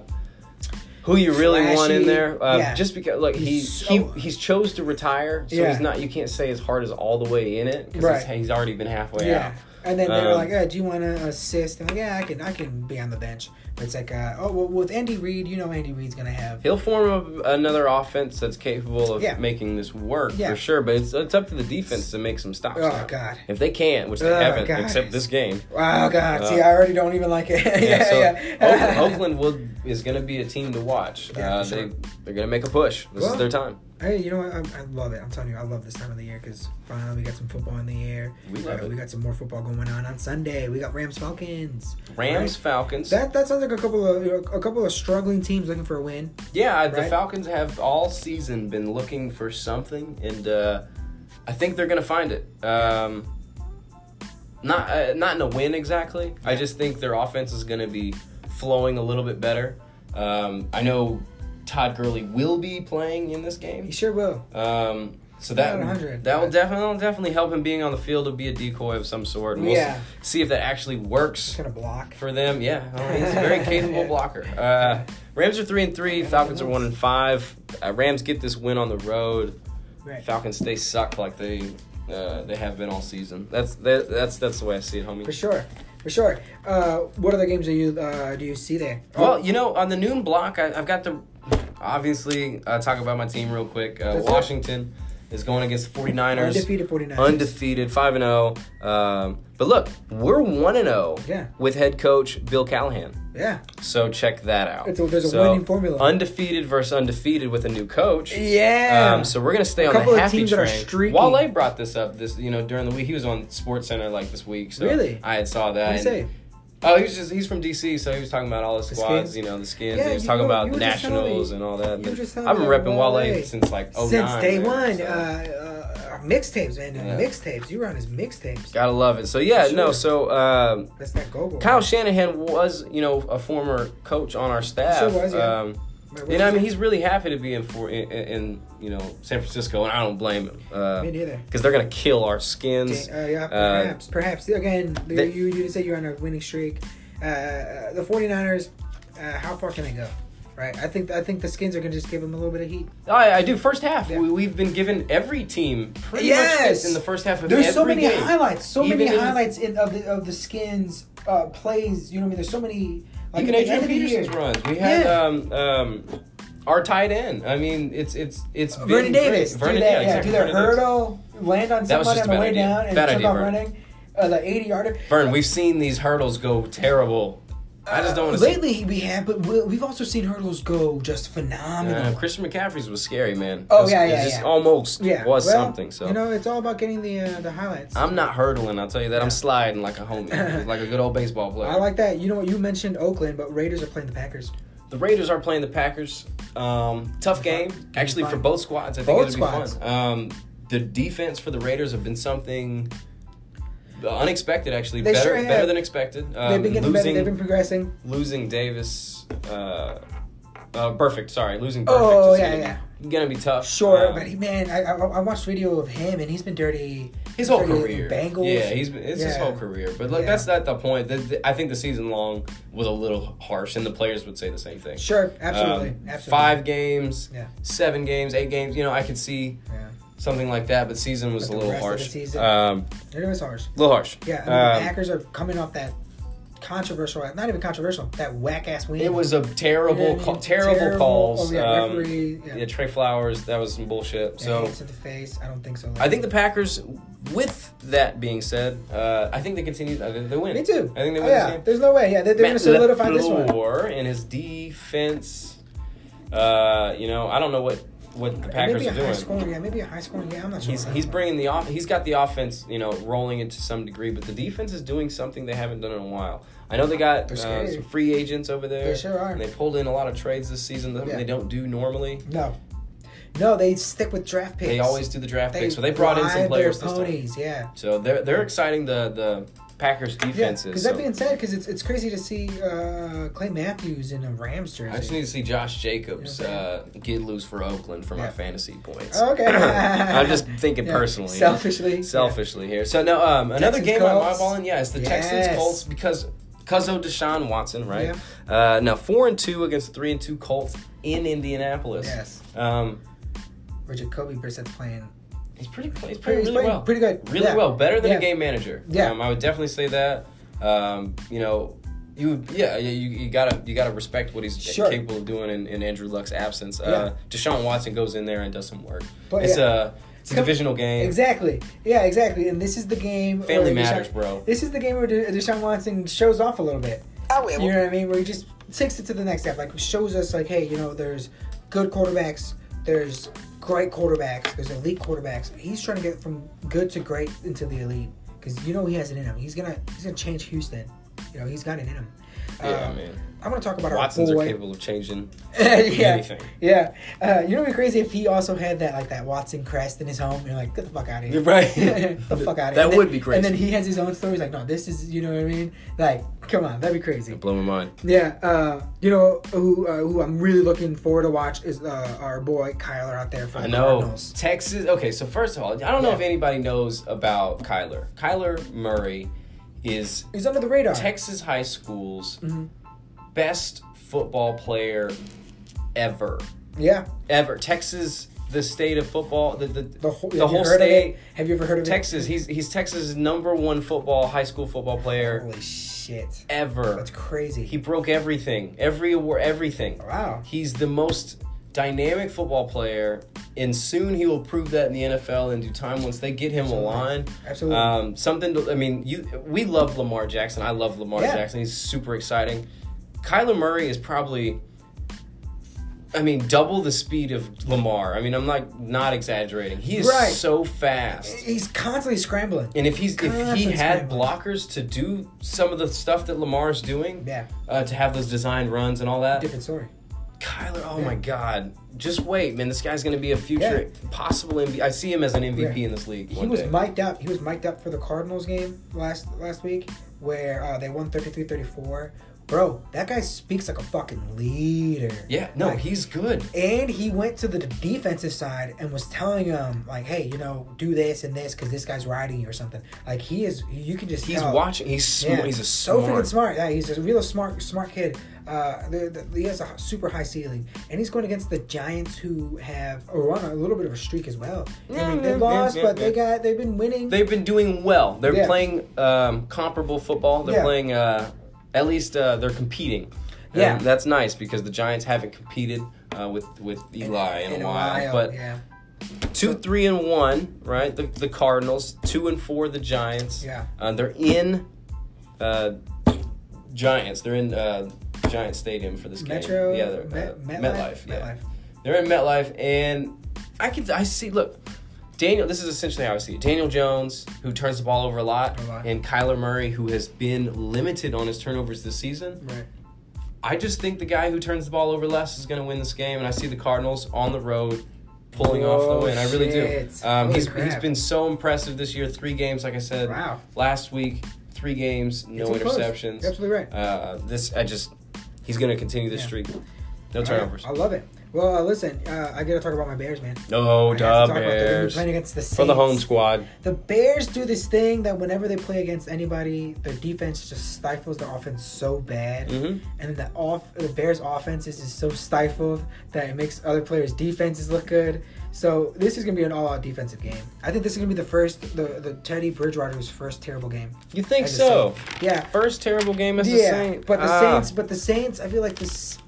Speaker 2: who you really want in
Speaker 1: Flashy.
Speaker 2: there? Uh,
Speaker 1: Yeah.
Speaker 2: Just because, like he
Speaker 1: He's
Speaker 2: he
Speaker 1: so-
Speaker 2: he's chose to retire, so
Speaker 1: Yeah.
Speaker 2: he's not. You can't say his heart is all the way in it. 'cause
Speaker 1: Right.
Speaker 2: He's, he's already been halfway
Speaker 1: Yeah.
Speaker 2: out.
Speaker 1: And then they were
Speaker 2: Um,
Speaker 1: like, uh, "Do you want to assist?" And like, "Yeah, I can, I can be on the bench." But it's like, uh, "Oh, well, with Andy Reid, you know, Andy Reid's gonna have."
Speaker 2: He'll form a, another offense that's capable of
Speaker 1: Yeah.
Speaker 2: making this work
Speaker 1: Yeah.
Speaker 2: for sure, but it's, it's up to the defense to make some stops.
Speaker 1: Oh,
Speaker 2: now.
Speaker 1: God.
Speaker 2: If they can't, which they
Speaker 1: Oh,
Speaker 2: haven't,
Speaker 1: God.
Speaker 2: except this game.
Speaker 1: Wow, Oh, God, see, I already don't even like it. yeah,
Speaker 2: Uh, Yeah,
Speaker 1: yeah.
Speaker 2: so Oakland, Oakland will, is going to be a team to watch.
Speaker 1: Yeah,
Speaker 2: uh,
Speaker 1: for sure.
Speaker 2: they they're going to make a push. This
Speaker 1: Well,
Speaker 2: is their time.
Speaker 1: Hey, you know what? I, I love it. I'm telling you, I love this time of the year because finally we got some football in the air. Uh,
Speaker 2: We love it.
Speaker 1: We got some more football going on on Sunday. We got Rams Falcons.
Speaker 2: Rams,
Speaker 1: Right?
Speaker 2: Falcons.
Speaker 1: That that sounds like a couple of you know, a couple of struggling teams looking for a win.
Speaker 2: yeah, the
Speaker 1: right?
Speaker 2: Falcons have all season been looking for something, and uh, I think they're going to find it. Um, not uh, not in a win exactly. I just think their offense is going to be flowing a little bit better. Um, I know Todd Gurley will be playing in this
Speaker 1: You
Speaker 2: game,
Speaker 1: sure will.
Speaker 2: um, so
Speaker 1: Not 100,
Speaker 2: that that will
Speaker 1: but-
Speaker 2: definitely that'll definitely help him being on the field to be a decoy of some sort. And we'll s-
Speaker 1: Yeah.
Speaker 2: see if that actually
Speaker 1: It's
Speaker 2: works
Speaker 1: gonna block.
Speaker 2: for them. Yeah, I mean, he's a very capable blocker. Uh, Rams are three and three. Falcons are one and five. Uh, Rams get this win on the road.
Speaker 1: Right.
Speaker 2: Falcons they suck like they uh, they have been all season. That's that, that's that's the way I see it, homie.
Speaker 1: For sure. For sure. Uh, what other games do you uh, do you see there? Oh,
Speaker 2: Well, you know, on the noon block, I, I've got the obviously uh, talk about my team real quick. Uh,
Speaker 1: That's it.
Speaker 2: Washington is going against the 49ers.
Speaker 1: undefeated 49ers.
Speaker 2: Undefeated, 5 and 0. Um, but look, we're 1 and 0
Speaker 1: Yeah.
Speaker 2: with head coach Bill Callahan.
Speaker 1: yeah.
Speaker 2: So check that out.
Speaker 1: It's a- there's a
Speaker 2: So,
Speaker 1: winning formula.
Speaker 2: Undefeated versus undefeated with a new coach.
Speaker 1: Yeah.
Speaker 2: Um, so we're gonna stay
Speaker 1: A
Speaker 2: on the
Speaker 1: couple of
Speaker 2: happy
Speaker 1: teams that are
Speaker 2: train.
Speaker 1: streaky.
Speaker 2: Wale brought this up this you know during the week. He was on Sports Center like this week. So
Speaker 1: Really?
Speaker 2: I had saw that.
Speaker 1: What'd he
Speaker 2: and-
Speaker 1: say?
Speaker 2: Oh, he was just he's from DC, so he was talking about all the squads,
Speaker 1: skins?
Speaker 2: you know, the skins.
Speaker 1: Yeah,
Speaker 2: he was
Speaker 1: you
Speaker 2: talking
Speaker 1: were-
Speaker 2: about
Speaker 1: you
Speaker 2: the
Speaker 1: were just telling
Speaker 2: nationals
Speaker 1: me-
Speaker 2: and all that.
Speaker 1: you
Speaker 2: but
Speaker 1: were just telling
Speaker 2: I've been
Speaker 1: me
Speaker 2: repping
Speaker 1: about
Speaker 2: Wale,
Speaker 1: Wale.
Speaker 2: since like oh
Speaker 1: Since day one,
Speaker 2: so.
Speaker 1: uh, uh, mixtapes, man. dude,
Speaker 2: Yeah.
Speaker 1: Mixtapes. You were on his mixtapes.
Speaker 2: Gotta love it. So yeah,
Speaker 1: For
Speaker 2: no.
Speaker 1: sure.
Speaker 2: So um,
Speaker 1: That's that go
Speaker 2: Kyle Shanahan was, you know, a former coach on our staff.
Speaker 1: Sure was, yeah.
Speaker 2: um,
Speaker 1: But
Speaker 2: You know, I
Speaker 1: what
Speaker 2: mean,
Speaker 1: is
Speaker 2: he's really happy to be in for in, in- in you know San Francisco, and I don't blame him. Uh,
Speaker 1: Me neither.
Speaker 2: Because they're gonna kill our skins.
Speaker 1: it? Uh, yeah,
Speaker 2: Uh,
Speaker 1: perhaps, perhaps. Again,
Speaker 2: they-
Speaker 1: you, you say you're on a winning streak. Uh, the 49ers, uh, how far can they go? Right. I think I think the skins are gonna just give them a little bit of heat.
Speaker 2: Oh, I, I do. First half,
Speaker 1: Yeah.
Speaker 2: we, we've been given every team pretty much
Speaker 1: Yes!
Speaker 2: this in the first half of
Speaker 1: There's
Speaker 2: every
Speaker 1: so many
Speaker 2: game.
Speaker 1: highlights, so
Speaker 2: Even
Speaker 1: many
Speaker 2: in-
Speaker 1: highlights in, of the of the skins uh, plays. You know what I mean? There's so many. Like,
Speaker 2: Even
Speaker 1: at the end
Speaker 2: Adrian
Speaker 1: of the year-
Speaker 2: Peterson's runs. We had
Speaker 1: Yeah.
Speaker 2: um, um, our tight end. I mean, it's it's it's been
Speaker 1: Uh, Vernon
Speaker 2: great.
Speaker 1: Davis.
Speaker 2: Vernon,
Speaker 1: do that,
Speaker 2: yeah,
Speaker 1: yeah,
Speaker 2: exactly,
Speaker 1: do that
Speaker 2: Vernon Davis.
Speaker 1: hurdle, land on
Speaker 2: That was
Speaker 1: somebody on
Speaker 2: just a
Speaker 1: the
Speaker 2: bad
Speaker 1: way
Speaker 2: idea.
Speaker 1: down, and
Speaker 2: Bad
Speaker 1: took
Speaker 2: idea,
Speaker 1: off
Speaker 2: Vern.
Speaker 1: running. Uh, the 80 yarder.
Speaker 2: Vern, we've seen these hurdles go terrible. I just don't want to see.
Speaker 1: Lately, we have, but we- we've also seen hurdles go just phenomenal.
Speaker 2: Uh, Christian McCaffrey's was scary, man.
Speaker 1: Oh,
Speaker 2: It was-
Speaker 1: yeah,
Speaker 2: it
Speaker 1: yeah,
Speaker 2: just
Speaker 1: yeah.
Speaker 2: Almost
Speaker 1: yeah,
Speaker 2: was
Speaker 1: well,
Speaker 2: something. So
Speaker 1: you know, it's all about getting the uh, the highlights. i
Speaker 2: I'm not hurdling. I'll tell you that. I'm sliding like a homie, like a good old baseball player.
Speaker 1: like that. You know what? You mentioned Oakland, but Raiders are playing the Packers.
Speaker 2: the Raiders are playing the Packers. Um, tough game, actually
Speaker 1: fun.
Speaker 2: for both squads. I think
Speaker 1: Both
Speaker 2: it'll
Speaker 1: squads.
Speaker 2: be fun. Um, the defense for the Raiders have been something unexpected, actually
Speaker 1: They
Speaker 2: better
Speaker 1: sure have.
Speaker 2: better than expected. Um,
Speaker 1: they've been getting better.
Speaker 2: losing
Speaker 1: They've been progressing.
Speaker 2: losing Davis. Uh, uh, perfect. Sorry, losing. Perfect
Speaker 1: Oh,
Speaker 2: is
Speaker 1: yeah,
Speaker 2: gonna, be- gonna be tough.
Speaker 1: Sure,
Speaker 2: Um,
Speaker 1: but he, man, I, I I watched video of him, and he's been dirty
Speaker 2: his whole
Speaker 1: dirty
Speaker 2: career.
Speaker 1: Bengals.
Speaker 2: Yeah, he's been, it's his
Speaker 1: Yeah.
Speaker 2: whole career. But like
Speaker 1: Yeah.
Speaker 2: that's not the point. The, the- I think the season long was a little harsh, and the players would say the same thing.
Speaker 1: Sure, absolutely,
Speaker 2: Um,
Speaker 1: absolutely.
Speaker 2: Five games,
Speaker 1: Yeah.
Speaker 2: seven games, eight games. You know, I could see
Speaker 1: Yeah.
Speaker 2: something like that, but season was
Speaker 1: But
Speaker 2: a
Speaker 1: the
Speaker 2: little
Speaker 1: rest of the
Speaker 2: harsh.
Speaker 1: season-
Speaker 2: Um,
Speaker 1: It was harsh.
Speaker 2: a little harsh.
Speaker 1: Yeah, I mean,
Speaker 2: Um,
Speaker 1: the Packers are coming off that controversial, not even controversial, that whack ass win.
Speaker 2: It was a
Speaker 1: Yeah, I
Speaker 2: terrible,
Speaker 1: mean,
Speaker 2: call, terrible,
Speaker 1: terrible-
Speaker 2: calls.
Speaker 1: oh, yeah,
Speaker 2: um,
Speaker 1: referee, yeah.
Speaker 2: yeah, Trey Flowers. That was some bullshit.
Speaker 1: so
Speaker 2: So
Speaker 1: to the face. I don't think so.
Speaker 2: I think the Packers. With that being said, uh, I think they continue. I think they win.
Speaker 1: me too.
Speaker 2: I think they
Speaker 1: Oh,
Speaker 2: win. this
Speaker 1: yeah,
Speaker 2: game.
Speaker 1: there's no way. Yeah, they're, they're gonna
Speaker 2: Matt
Speaker 1: solidify this one.
Speaker 2: LaFleur and his defense. Uh, you know, I don't know what what the Packers
Speaker 1: maybe a
Speaker 2: are
Speaker 1: high
Speaker 2: doing.
Speaker 1: scoring. Yeah, maybe a high scoring. Yeah, I'm not sure.
Speaker 2: He's
Speaker 1: about
Speaker 2: he's
Speaker 1: that.
Speaker 2: bringing the off. He's got the offense, you know, rolling into some degree, but the defense is doing something they haven't done in a while. I know they got
Speaker 1: They're
Speaker 2: uh,
Speaker 1: scary.
Speaker 2: some free agents over there.
Speaker 1: They sure are.
Speaker 2: And they pulled in a lot of trades this season that
Speaker 1: Yeah.
Speaker 2: they don't do normally.
Speaker 1: no, no. They stick with draft picks.
Speaker 2: They always do the draft
Speaker 1: They
Speaker 2: picks, so they brought in
Speaker 1: ride
Speaker 2: some players
Speaker 1: Their
Speaker 2: this time.
Speaker 1: ponies. Yeah.
Speaker 2: So they're they're exciting the the Packers
Speaker 1: Yeah,
Speaker 2: defenses.
Speaker 1: because
Speaker 2: so.
Speaker 1: that being said, because it's, it's crazy to see uh, Clay Matthews in a Rams jersey.
Speaker 2: I just need to see Josh Jacobs uh, get loose for Oakland for
Speaker 1: Yeah. Oh,
Speaker 2: my fantasy points.
Speaker 1: Okay.
Speaker 2: I'm just thinking
Speaker 1: Yeah.
Speaker 2: personally.
Speaker 1: Selfishly.
Speaker 2: Selfishly here. So no, um, another
Speaker 1: Texans,
Speaker 2: game
Speaker 1: Colts.
Speaker 2: I'm eyeballing. Yeah, it's the
Speaker 1: Yes.
Speaker 2: Texans Colts because because of Deshaun Watson, right? Uh, now four and two against three and two Colts in Indianapolis.
Speaker 1: Yes.
Speaker 2: Um,
Speaker 1: Or Jacoby Brissett's playing
Speaker 2: he's pretty. He's playing
Speaker 1: He's
Speaker 2: really
Speaker 1: playing
Speaker 2: well.
Speaker 1: pretty good.
Speaker 2: Really
Speaker 1: Yeah.
Speaker 2: well. Better than
Speaker 1: Yeah.
Speaker 2: a game manager.
Speaker 1: Yeah.
Speaker 2: Um, I would definitely say that. Um, you know. You, yeah, yeah, you, you gotta you gotta respect what he's
Speaker 1: Sure.
Speaker 2: capable of doing in, in Andrew Luck's absence. Uh, Deshaun Watson goes in there and does some work.
Speaker 1: But,
Speaker 2: it's
Speaker 1: yeah.
Speaker 2: a it's a
Speaker 1: Come-
Speaker 2: divisional game.
Speaker 1: Exactly. Yeah, exactly. And this is the game. where
Speaker 2: Family
Speaker 1: Deshaun-
Speaker 2: matters, bro.
Speaker 1: This is the game where De- Deshaun Watson shows off a little bit.
Speaker 3: I will.
Speaker 1: You know what I mean? Where he just takes it to the next step. Like shows us, like, hey, you know, there's good quarterbacks, there's great quarterbacks, there's elite quarterbacks. He's trying to get from good to great into the elite because you know he has it in him. He's gonna he's gonna change Houston. You know, he's got it in him.
Speaker 2: Yeah,
Speaker 1: Um,
Speaker 2: man.
Speaker 1: I want to talk about
Speaker 2: Watsons
Speaker 1: our
Speaker 2: are
Speaker 1: boy.
Speaker 2: capable of changing
Speaker 1: yeah,
Speaker 2: anything.
Speaker 1: yeah. Uh, you know, it'd be crazy if he also had that like that Watson crest in his home. You're like, get the fuck out of here,
Speaker 2: right.
Speaker 1: get the fuck out of here.
Speaker 2: That
Speaker 1: And then-
Speaker 2: would be crazy.
Speaker 1: And then he has his own stories. Like, no, this is, you know what I mean? Like, come on, that'd be crazy.
Speaker 2: blow my mind.
Speaker 1: Yeah. Uh, you know who uh, who I'm really looking forward to watch is uh, our boy Kyler out there for
Speaker 2: I
Speaker 1: the
Speaker 2: know
Speaker 1: Cardinals.
Speaker 2: Texas. Okay, so first of all, I don't know if anybody knows about Kyler. Kyler Murray is
Speaker 1: He's under the radar.
Speaker 2: Texas high school's
Speaker 1: Mm-hmm.
Speaker 2: best football player ever,
Speaker 1: yeah.
Speaker 2: ever. Texas, the state of football, the the,
Speaker 1: The whole,
Speaker 2: the whole
Speaker 1: heard
Speaker 2: state.
Speaker 1: Of it? Have you ever heard of
Speaker 2: Texas. He's he's Texas' number one football high school football
Speaker 1: It?
Speaker 2: player
Speaker 1: Holy shit.
Speaker 2: ever.
Speaker 1: That's crazy.
Speaker 2: He broke everything, every award, everything.
Speaker 1: Wow.
Speaker 2: He's the most dynamic football player, and soon he will prove that in the NFL in due time once they get him a line.
Speaker 1: Absolutely.
Speaker 2: Um, something. To, I mean, you. We love Lamar Jackson. I love Lamar
Speaker 1: Yeah.
Speaker 2: Jackson. He's super exciting. Kyler Murray is probably. I mean, double the speed of Lamar. I mean, I'm like not exaggerating. He is
Speaker 1: Right.
Speaker 2: so fast.
Speaker 1: He's constantly scrambling.
Speaker 2: And if he's if he
Speaker 1: Constant
Speaker 2: had
Speaker 1: scrambling.
Speaker 2: blockers to do some of the stuff that Lamar's doing,
Speaker 1: Yeah.
Speaker 2: uh, to have those design runs and all that,
Speaker 1: Different story.
Speaker 2: Kyler, oh my God, just wait, man, this guy's gonna be a future
Speaker 1: Yeah.
Speaker 2: possible MVP. I see him as an MVP
Speaker 1: Yeah.
Speaker 2: in this league.
Speaker 1: He
Speaker 2: one
Speaker 1: was
Speaker 2: day.
Speaker 1: mic'd up. He was mic'd up for the Cardinals game last last week, where uh, they won 33-34, bro, that guy speaks like a fucking leader.
Speaker 2: Yeah, no,
Speaker 1: Like,
Speaker 2: he's good.
Speaker 1: and he went to the defensive side and was telling him like, "Hey, you know, do this and this because this guy's riding you or something." Like he is, you can just
Speaker 2: He's
Speaker 1: tell.
Speaker 2: watching. He's sm-
Speaker 1: Oh. Yeah,
Speaker 2: he's a
Speaker 1: so freaking
Speaker 2: smart.
Speaker 1: smart. Yeah, he's a real smart, smart kid. Uh, the, the, he has a super high ceiling, and he's going against the Giants, who have are on a little bit of a streak as well. I
Speaker 2: Yeah,
Speaker 1: mean, they
Speaker 2: yeah,
Speaker 1: lost,
Speaker 2: yeah,
Speaker 1: but
Speaker 2: yeah,
Speaker 1: they
Speaker 2: yeah.
Speaker 1: got they've been winning.
Speaker 2: They've been doing well. They're
Speaker 1: Yeah.
Speaker 2: playing um, comparable football. They're
Speaker 1: Yeah.
Speaker 2: playing uh, at least uh, they're competing. And
Speaker 1: Yeah.
Speaker 2: that's nice because the Giants haven't competed uh, with with Eli in, a while. But
Speaker 1: yeah,
Speaker 2: two, three, and one, right? The, the Cardinals, two and four, the Giants.
Speaker 1: Yeah.
Speaker 2: Uh, they're in uh, Giants. They're in uh, Giant Stadium for this game.
Speaker 1: Metro-
Speaker 2: yeah, they're,
Speaker 1: Met-
Speaker 2: uh,
Speaker 1: MetLife?
Speaker 2: MetLife. Yeah.
Speaker 1: MetLife.
Speaker 2: They're in MetLife, and I can I see. Look, Daniel. This is essentially how I see it. Daniel Jones, who turns the ball over a lot,
Speaker 1: A lot.
Speaker 2: and Kyler Murray, who has been limited on his turnovers this season.
Speaker 1: right.
Speaker 2: I just think the guy who turns the ball over less is going to win this game, and I see the Cardinals on the road pulling off
Speaker 1: Oh,
Speaker 2: the win. I really
Speaker 1: shit.
Speaker 2: do. Um,
Speaker 1: Holy
Speaker 2: he's,
Speaker 1: crap.
Speaker 2: he's been so impressive this year. Three games, like I said.
Speaker 1: Wow.
Speaker 2: Last week, three games, no
Speaker 1: It's close.
Speaker 2: interceptions.
Speaker 1: You're absolutely right.
Speaker 2: Uh, this, I just, he's going to continue this
Speaker 1: Yeah.
Speaker 2: streak. No
Speaker 1: All right,
Speaker 2: turnovers.
Speaker 1: I love it. Well, uh, listen, uh, I got to talk about my Bears, man.
Speaker 2: No
Speaker 1: I have
Speaker 2: dub
Speaker 1: to talk about them. They've been
Speaker 2: Bears
Speaker 1: playing against the
Speaker 2: for the home
Speaker 1: Saints.
Speaker 2: squad.
Speaker 1: The Bears do this thing that whenever they play against anybody, their defense just stifles the offense so bad,
Speaker 2: Mhm.
Speaker 1: and the off the Bears' offense is just so stifled that it makes other players' defenses look good. So this is gonna be an all-out defensive game. I think this is gonna be the first the the Teddy Bridgewater's first terrible game.
Speaker 2: You think
Speaker 1: as a
Speaker 2: so?
Speaker 1: Saint. Yeah,
Speaker 2: First terrible game as
Speaker 1: yeah.
Speaker 2: a Saint.
Speaker 1: But the
Speaker 2: Ah.
Speaker 1: Saints, but the Saints, I feel like this.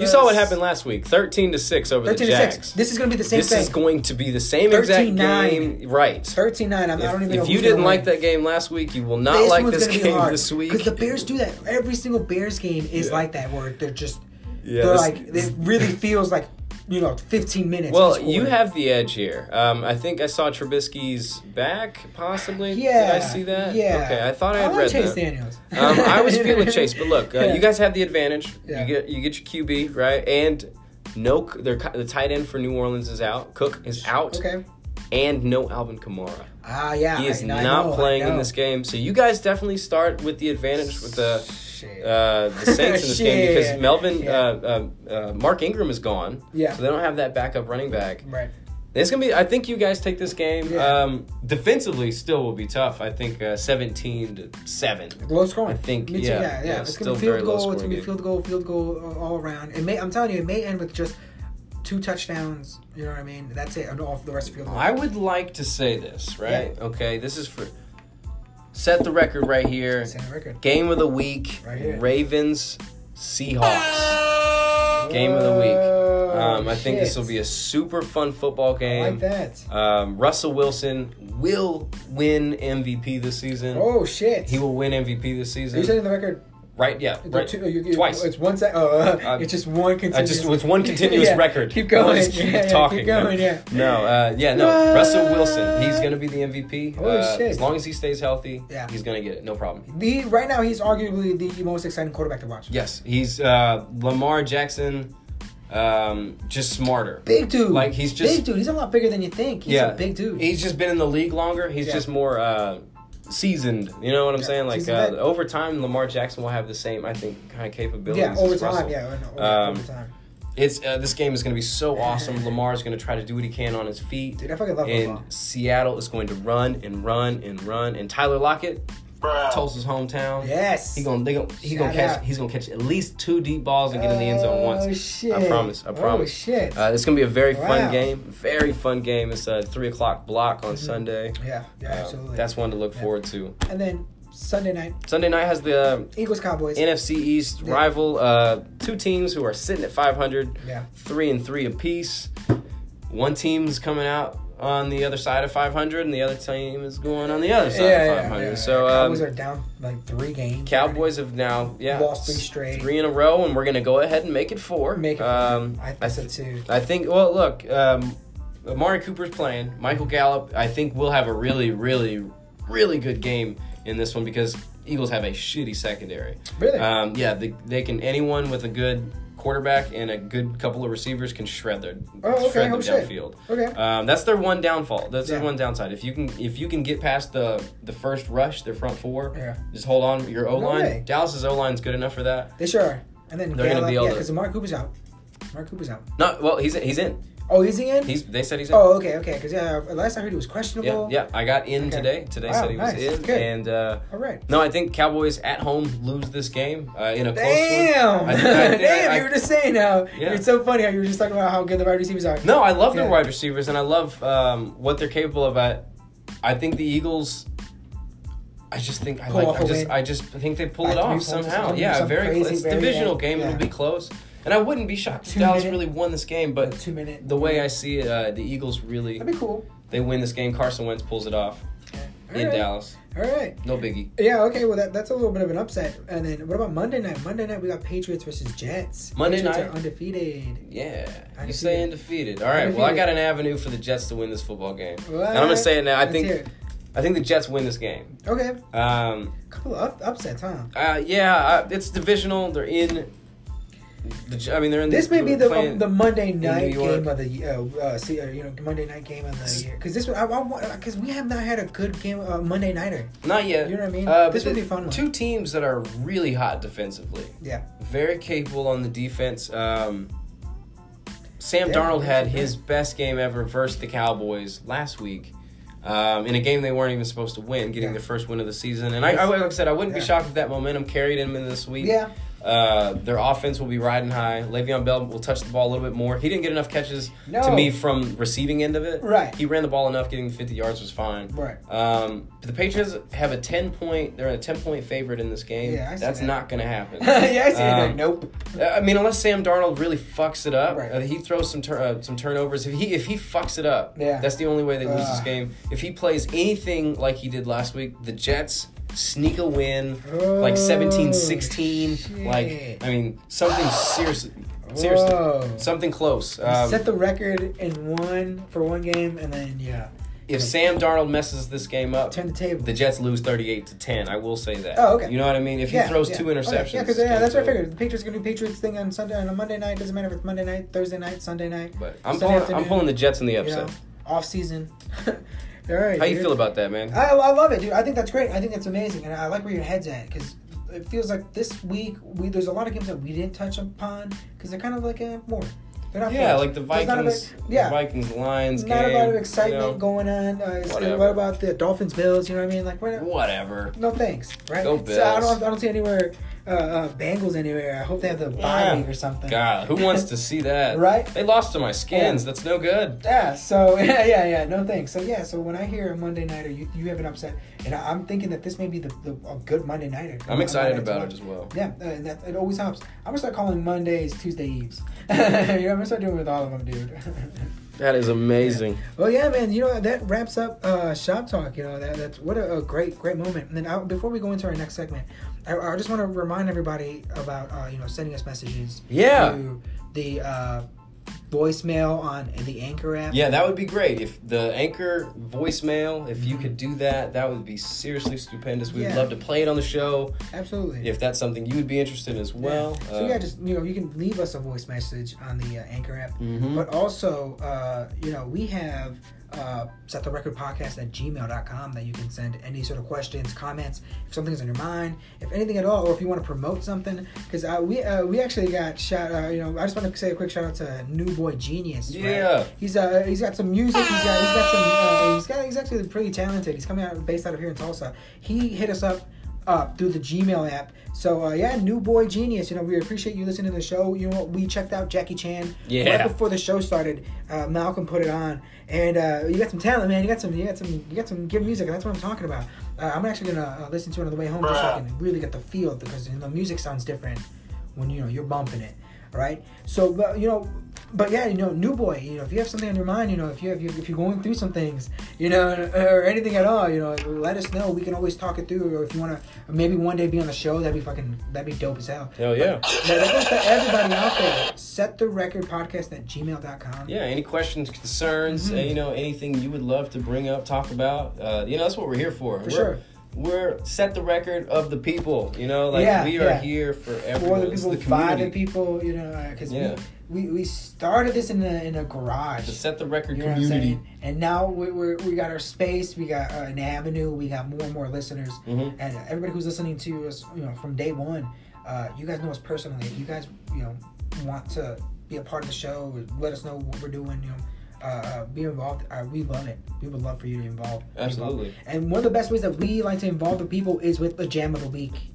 Speaker 2: You saw what happened last week. Thirteen to six over the
Speaker 1: Thirteen to
Speaker 2: Jags.
Speaker 1: six. This is gonna be the same
Speaker 2: this
Speaker 1: thing.
Speaker 2: is going to be the same exact
Speaker 1: 13-9.
Speaker 2: game, right?
Speaker 1: Thirteen nine. I
Speaker 2: If,
Speaker 1: don't even. know
Speaker 2: if you
Speaker 1: who's gonna
Speaker 2: didn't like
Speaker 1: win.
Speaker 2: that game last week, you will not like this game this week.
Speaker 1: Because the Bears do that. Every single Bears game is
Speaker 2: Yeah.
Speaker 1: like that, where they're just,
Speaker 2: Yeah,
Speaker 1: they're
Speaker 2: this-
Speaker 1: like, it really feels like, you know, 15 minutes.
Speaker 2: well,
Speaker 1: to score.
Speaker 2: you have the edge here. Um, I think I saw Trubisky's back, possibly.
Speaker 1: yeah.
Speaker 2: Did I see that?
Speaker 1: Yeah.
Speaker 2: Okay, I thought I had
Speaker 1: like
Speaker 2: read
Speaker 1: Chase
Speaker 2: that.
Speaker 1: Daniels.
Speaker 2: Um, I was feeling Chase, but look, uh,
Speaker 1: Yeah.
Speaker 2: you guys have the advantage.
Speaker 1: Yeah.
Speaker 2: You get you get your QB right, and no, their the tight end for New Orleans is out. Cook is out,
Speaker 1: Okay.
Speaker 2: and no Alvin Kamara.
Speaker 1: Ah, yeah.
Speaker 2: He is
Speaker 1: I- I
Speaker 2: not
Speaker 1: know, I
Speaker 2: playing in
Speaker 1: know.
Speaker 2: this game, so you guys definitely start with the advantage with the
Speaker 1: Shit.
Speaker 2: uh, the Saints in this game
Speaker 1: Shit.
Speaker 2: because Melvin,
Speaker 1: Yeah.
Speaker 2: uh, uh, uh, Mark Ingram is gone.
Speaker 1: Yeah.
Speaker 2: So they don't have that backup running back.
Speaker 1: Right.
Speaker 2: It's gonna be. I think you guys take this game.
Speaker 1: Yeah.
Speaker 2: Um, defensively, still will be tough. I think uh, seventeen to seven.
Speaker 1: Low scoring.
Speaker 2: I think,
Speaker 1: Me too, yeah,
Speaker 2: yeah,
Speaker 1: yeah.
Speaker 2: yeah,
Speaker 1: It's gonna be
Speaker 2: still very
Speaker 1: field
Speaker 2: low
Speaker 1: goal. It's gonna be
Speaker 2: scoring
Speaker 1: field goal, field goal uh, all around. It may. I'm telling you, it may end with just two touchdowns. You know what I mean? That's it. And off the rest of field goal.
Speaker 2: I would like to say this, right?
Speaker 1: Yeah.
Speaker 2: Okay, this is for set the record right here.
Speaker 1: Set the record.
Speaker 2: Game of the week:
Speaker 1: Right here.
Speaker 2: Ravens Seahawks. Game of the week. Um, I think this will be a super fun football game.
Speaker 1: Oh, like that.
Speaker 2: Um, Russell Wilson will win MVP this season.
Speaker 1: Oh shit!
Speaker 2: He will win MVP this
Speaker 1: Are you
Speaker 2: season.
Speaker 1: setting the record?
Speaker 2: Right? Yeah.
Speaker 1: The
Speaker 2: Right.
Speaker 1: two- oh, you- you-
Speaker 2: Twice.
Speaker 1: It's one sec. Oh, uh,
Speaker 2: Uh,
Speaker 1: it's just one continuous.
Speaker 2: I just it's one continuous
Speaker 1: Yeah,
Speaker 2: record.
Speaker 1: Keep going.
Speaker 2: Let's keep
Speaker 1: yeah, yeah,
Speaker 2: talking.
Speaker 1: Keep going. Yeah.
Speaker 2: No, uh, yeah, no. Russell Wilson, he's gonna be the MVP.
Speaker 1: Holy
Speaker 2: Uh,
Speaker 1: Oh, shit.
Speaker 2: As long as he stays healthy,
Speaker 1: Yeah.
Speaker 2: he's gonna get it. No problem.
Speaker 1: The, right now, he's arguably the most exciting quarterback to watch.
Speaker 2: Yes, he's uh, Lamar Jackson, um, just smarter.
Speaker 1: Big dude.
Speaker 2: Like, he's just-
Speaker 1: big dude. He's a lot bigger than you think. He's a big dude.
Speaker 2: He's just been in the league longer. He's
Speaker 1: Yeah.
Speaker 2: just more uh, seasoned. You know what I'm
Speaker 1: Yeah,
Speaker 2: saying? Like
Speaker 1: seasoned
Speaker 2: uh,
Speaker 1: vet.
Speaker 2: over time, Lamar Jackson will have the same, I think, kind of capabilities.
Speaker 1: yeah, over
Speaker 2: as
Speaker 1: time.
Speaker 2: Russell.
Speaker 1: Yeah, over, over
Speaker 2: Um,
Speaker 1: time.
Speaker 2: It's uh, this game is going to be so awesome. Lamar's going to try to do what he can on his feet.
Speaker 1: Dude, I fucking love
Speaker 2: and
Speaker 1: Lamar.
Speaker 2: Seattle is going to run and run and run. And Tyler Lockett, Tulsa's hometown.
Speaker 1: Yes.
Speaker 2: He gonna, they gonna, he
Speaker 1: Shout
Speaker 2: gonna catch
Speaker 1: out.
Speaker 2: he's gonna catch at least two deep balls and get in the end zone once.
Speaker 1: Oh, shit.
Speaker 2: I promise. I
Speaker 1: Oh,
Speaker 2: promise.
Speaker 1: shit.
Speaker 2: Uh, it's gonna be a very
Speaker 1: Wow.
Speaker 2: fun game. Very fun game. It's a three o'clock block on Sunday.
Speaker 1: yeah, yeah,
Speaker 2: Uh,
Speaker 1: absolutely.
Speaker 2: That's one to look
Speaker 1: Yeah.
Speaker 2: forward to.
Speaker 1: and then Sunday night,
Speaker 2: Sunday night has the uh,
Speaker 1: Eagles Cowboys.
Speaker 2: NFC East rival. Uh, two teams who are sitting at 500,
Speaker 1: Yeah.
Speaker 2: three and three apiece. One team's coming out on the other side of 500, and the other team is going on the other side of 500. So um,
Speaker 1: Cowboys are down like three games.
Speaker 2: Cowboys have now yeah
Speaker 1: Lost three straight.
Speaker 2: three in a row, and we're gonna go ahead and make it four.
Speaker 1: Make it four.
Speaker 2: Um,
Speaker 1: I,
Speaker 2: I,
Speaker 1: I said two.
Speaker 2: I think. Well, look, um, Amari Cooper's playing. Michael Gallup, I think, will have a really, really, really good game in this one because Eagles have a shitty secondary.
Speaker 1: Really?
Speaker 2: Um, yeah, they, they can anyone with a good quarterback and a good couple of receivers can shred their
Speaker 1: Oh, okay,
Speaker 2: shred
Speaker 1: oh,
Speaker 2: them
Speaker 1: shit.
Speaker 2: downfield.
Speaker 1: Okay.
Speaker 2: Um, that's their one downfall. That's
Speaker 1: Yeah.
Speaker 2: their one downside. If you can if you can get past the the first rush, their front four,
Speaker 1: Yeah.
Speaker 2: just hold on your O line.
Speaker 1: way.
Speaker 2: Dallas's O line's good enough for that.
Speaker 1: They sure are. And then
Speaker 2: They're gonna
Speaker 1: Gallup,
Speaker 2: be able
Speaker 1: yeah,
Speaker 2: to-
Speaker 1: because Mark Cooper's out. Mark Cooper's out.
Speaker 2: No, well, he's he's in.
Speaker 1: Oh, is he in?
Speaker 2: He's they said he's in.
Speaker 1: oh, okay, okay. Because yeah, last I heard he was
Speaker 2: Yeah,
Speaker 1: questionable.
Speaker 2: yeah, I got in
Speaker 1: Okay.
Speaker 2: today. Today
Speaker 1: Wow,
Speaker 2: said he was
Speaker 1: nice.
Speaker 2: in,
Speaker 1: Good.
Speaker 2: and uh,
Speaker 1: All right.
Speaker 2: No, I think Cowboys at home lose this game uh, in a
Speaker 1: Damn!
Speaker 2: close one. I think- I think I-
Speaker 1: Damn!
Speaker 2: I-
Speaker 1: you were just saying how
Speaker 2: Yeah.
Speaker 1: it's so funny how you were just talking about how good the wide receivers are.
Speaker 2: No, I love
Speaker 1: Yeah.
Speaker 2: their wide receivers and I love um, what they're capable of. I, I think the Eagles. I just think I
Speaker 1: Pull
Speaker 2: like.
Speaker 1: off
Speaker 2: I
Speaker 1: a
Speaker 2: just
Speaker 1: win.
Speaker 2: I just think they pull
Speaker 1: By
Speaker 2: it
Speaker 1: three
Speaker 2: off
Speaker 1: points or
Speaker 2: somehow.
Speaker 1: something,
Speaker 2: Yeah,
Speaker 1: some
Speaker 2: very.
Speaker 1: crazy
Speaker 2: it's a
Speaker 1: very
Speaker 2: divisional
Speaker 1: end.
Speaker 2: game.
Speaker 1: Yeah.
Speaker 2: It'll be close, and I wouldn't be shocked if
Speaker 1: Two
Speaker 2: Dallas
Speaker 1: minute-
Speaker 2: really won this game.
Speaker 1: A
Speaker 2: But
Speaker 1: two minute-
Speaker 2: the way I see it, uh, the Eagles really
Speaker 1: That'd be cool.
Speaker 2: they win this game. Carson Wentz pulls it off
Speaker 1: All
Speaker 2: in
Speaker 1: right.
Speaker 2: Dallas.
Speaker 1: All right.
Speaker 2: No biggie.
Speaker 1: Yeah, okay, well that, that's a little bit of an upset. And then what about Monday night? Monday night we got Patriots versus Jets.
Speaker 2: Monday
Speaker 1: Patriots
Speaker 2: night?
Speaker 1: are undefeated.
Speaker 2: Yeah, you
Speaker 1: Undefeated.
Speaker 2: say undefeated. All right, well, I got an avenue for the Jets to win this football game, and I'm gonna
Speaker 1: What?
Speaker 2: say it now. I
Speaker 1: Let's
Speaker 2: think
Speaker 1: hear it.
Speaker 2: I think the Jets win this game.
Speaker 1: Okay.
Speaker 2: Um,
Speaker 1: Couple of up- upsets, huh?
Speaker 2: uh, yeah, uh, it's divisional. They're in. The, J- I mean, they're in.
Speaker 1: This may be the um,
Speaker 2: playing-
Speaker 1: the Monday night
Speaker 2: New York.
Speaker 1: game of the uh, uh, see, uh, you know Monday night game of the year because this one- I I because we have not had a good game uh, Monday nighter.
Speaker 2: not yet.
Speaker 1: you know what I mean?
Speaker 2: Uh,
Speaker 1: This
Speaker 2: but
Speaker 1: would
Speaker 2: the-
Speaker 1: be a fun one.
Speaker 2: Two teams that are really hot defensively,
Speaker 1: Yeah,
Speaker 2: very capable on the defense. Um, Sam
Speaker 1: Yeah,
Speaker 2: Darnold had
Speaker 1: that's
Speaker 2: his best game ever versus the Cowboys last week. Um, in a game they weren't even supposed to win, getting
Speaker 1: Yeah.
Speaker 2: their first win of the season, and I, I like I said, I wouldn't
Speaker 1: Yeah.
Speaker 2: be shocked if that momentum carried him into this week.
Speaker 1: yeah.
Speaker 2: Uh, their offense will be riding high. Le'Veon Bell will touch the ball a little bit more. He didn't get enough catches
Speaker 1: No.
Speaker 2: to me from receiving end of it.
Speaker 1: Right.
Speaker 2: He ran the ball enough, getting 50 yards was fine.
Speaker 1: Right.
Speaker 2: Um, but the Patriots have a 10 point. They're a 10 point favorite in this game.
Speaker 1: Yeah, I see
Speaker 2: That's
Speaker 1: that.
Speaker 2: not going to happen.
Speaker 1: yeah, I see. it.
Speaker 2: Um,
Speaker 1: Like, nope.
Speaker 2: I mean, unless Sam Darnold really fucks it up,
Speaker 1: Right.
Speaker 2: uh, he throws some tur- uh, some turnovers. If he if he fucks it up,
Speaker 1: Yeah.
Speaker 2: that's the only way they lose this
Speaker 1: Ugh.
Speaker 2: game. If he plays anything like he did last week, the Jets sneak a win,
Speaker 1: Oh,
Speaker 2: like 17-16.
Speaker 1: shit.
Speaker 2: Like I mean, something seriously, seriously,
Speaker 1: Whoa.
Speaker 2: something close. Um,
Speaker 1: Set the record in one for one game and then yeah,
Speaker 2: if Sam Darnold messes this game up,
Speaker 1: turn the table.
Speaker 2: the Jets lose thirty eight to ten. I will say that.
Speaker 1: Oh, okay.
Speaker 2: You know what I mean? If
Speaker 1: yeah,
Speaker 2: he throws
Speaker 1: yeah.
Speaker 2: two
Speaker 1: Okay,
Speaker 2: interceptions,
Speaker 1: Yeah, because
Speaker 2: this
Speaker 1: yeah, that's
Speaker 2: game's
Speaker 1: what I
Speaker 2: over.
Speaker 1: figured. The Patriots gonna do Patriots thing on Sunday on a Monday night. Doesn't matter if it's Monday night, Thursday night, Sunday night.
Speaker 2: But I'm
Speaker 1: Sunday
Speaker 2: pulling, I'm
Speaker 1: afternoon,
Speaker 2: pulling the Jets in the
Speaker 1: you know,
Speaker 2: upset.
Speaker 1: off season. All right.
Speaker 2: How you
Speaker 1: dude.
Speaker 2: feel about that, man?
Speaker 1: I, I love it, dude. I think that's great. I think that's amazing, and I like where your head's at because it feels like this week we there's a lot of games that we didn't touch upon because they're kind of like eh, more. They're not
Speaker 2: Yeah,
Speaker 1: finished.
Speaker 2: like the
Speaker 1: There's not a bit-
Speaker 2: Vikings,
Speaker 1: yeah,
Speaker 2: Vikings Lions
Speaker 1: not
Speaker 2: game.
Speaker 1: a lot of excitement
Speaker 2: you know,
Speaker 1: going on. Uh, it's-
Speaker 2: Whatever.
Speaker 1: what about the Dolphins Bills? You know what I mean? Like, what,
Speaker 2: whatever.
Speaker 1: no thanks, right?
Speaker 2: Go
Speaker 1: So I
Speaker 2: Bills.
Speaker 1: don't, I don't see anywhere uh, uh, Bengals anywhere. I hope they have the bye
Speaker 2: Yeah.
Speaker 1: week or something.
Speaker 2: God, who wants to see that?
Speaker 1: Right?
Speaker 2: They lost to my skins. That's no good.
Speaker 1: Yeah, so yeah, yeah, yeah, no thanks. So yeah, so when I hear a Monday nighter, you, you have an upset, and I, I'm thinking that this may be the, the a good Monday nighter.
Speaker 2: I'm excited about it as well.
Speaker 1: Yeah, uh, and that it always helps. I'm gonna start calling Mondays Tuesday Eves. you know, I'm gonna start doing it with all of them, dude.
Speaker 2: That is amazing.
Speaker 1: well, yeah, man. You know that wraps up uh, shop talk. You know that that's what a, a great great moment. And then I, before we go into our next segment, I, I just want to remind everybody about uh, you know sending us messages.
Speaker 2: Yeah.
Speaker 1: through the uh, voicemail on the Anchor app.
Speaker 2: Yeah, that would be great. If the anchor voicemail, if you could do that, that would be seriously stupendous. We would
Speaker 1: Yeah.
Speaker 2: love to play it on the show.
Speaker 1: absolutely.
Speaker 2: If that's something you would be interested in as well.
Speaker 1: Yeah. So
Speaker 2: uh,
Speaker 1: yeah, just you know, you can leave us a voice message on the uh, Anchor app,
Speaker 2: Mhm.
Speaker 1: but also uh, you know we have uh, set the record podcast at gmail.com that you can send any sort of questions, comments, if something's on your mind, if anything at all, or if you want to promote something. Because uh, we uh, we actually got shout. Uh, you know, I just want to say a quick shout out to New Boy Genius. right?
Speaker 2: Yeah.
Speaker 1: he's uh he's got some music. He's got he's got some. Uh, he's got he's actually pretty talented. He's coming out based out of here in Tulsa. He hit us up uh, through the Gmail app. So uh, yeah, new boy genius. You know, we appreciate you listening to the show. You know, what? we checked out Jackie Chan
Speaker 2: Yeah.
Speaker 1: right before the show started. Uh, Malcolm put it on, and uh, you got some talent, man. You got some, you got some, you got some good music, and that's what I'm talking about. Uh, I'm actually gonna uh, listen to it on the way home just so I can really get the feel because you know, the music sounds different when you know you're bumping it, right? So, but you know. But yeah, you know, new boy. You know, if you have something on your mind, you know, if you have, if you're going through some things, you know, or anything at all, you know, let us know. We can always talk it through. Or if you want to, maybe one day be on the show, that'd be fucking, that'd be dope as hell.
Speaker 2: Hell yeah.
Speaker 1: Yeah, that goes to everybody out there. Set the record podcast at gmail.com.
Speaker 2: Yeah, any questions,
Speaker 1: Mm-hmm.
Speaker 2: eh, concerns, uh, you know, anything you would love to bring up, talk about. Uh, you know, that's what we're here for.
Speaker 1: For
Speaker 2: we're,
Speaker 1: sure.
Speaker 2: we're set the record of the people. You know, like
Speaker 1: Yeah,
Speaker 2: we are
Speaker 1: yeah.
Speaker 2: here for
Speaker 1: for
Speaker 2: everyone.
Speaker 1: the
Speaker 2: It's
Speaker 1: people,
Speaker 2: the
Speaker 1: by the
Speaker 2: community.
Speaker 1: people, you know, because
Speaker 2: Yeah.
Speaker 1: we, we we started this in a in a garage.
Speaker 2: The set the record
Speaker 1: You know what I'm
Speaker 2: community.
Speaker 1: saying? And now we we're, we got our space, we got uh, an avenue, we got more and more listeners,
Speaker 2: Mhm.
Speaker 1: and everybody who's listening to us, you know, from day one, uh, you guys know us personally. If you guys, you know, want to be a part of the show, let us know what we're doing. You know, uh, uh, be involved. Uh, we love it. We would love for you to involve. be involved.
Speaker 2: Absolutely.
Speaker 1: And one of the best ways that we like to involve the people is with the jam of the week.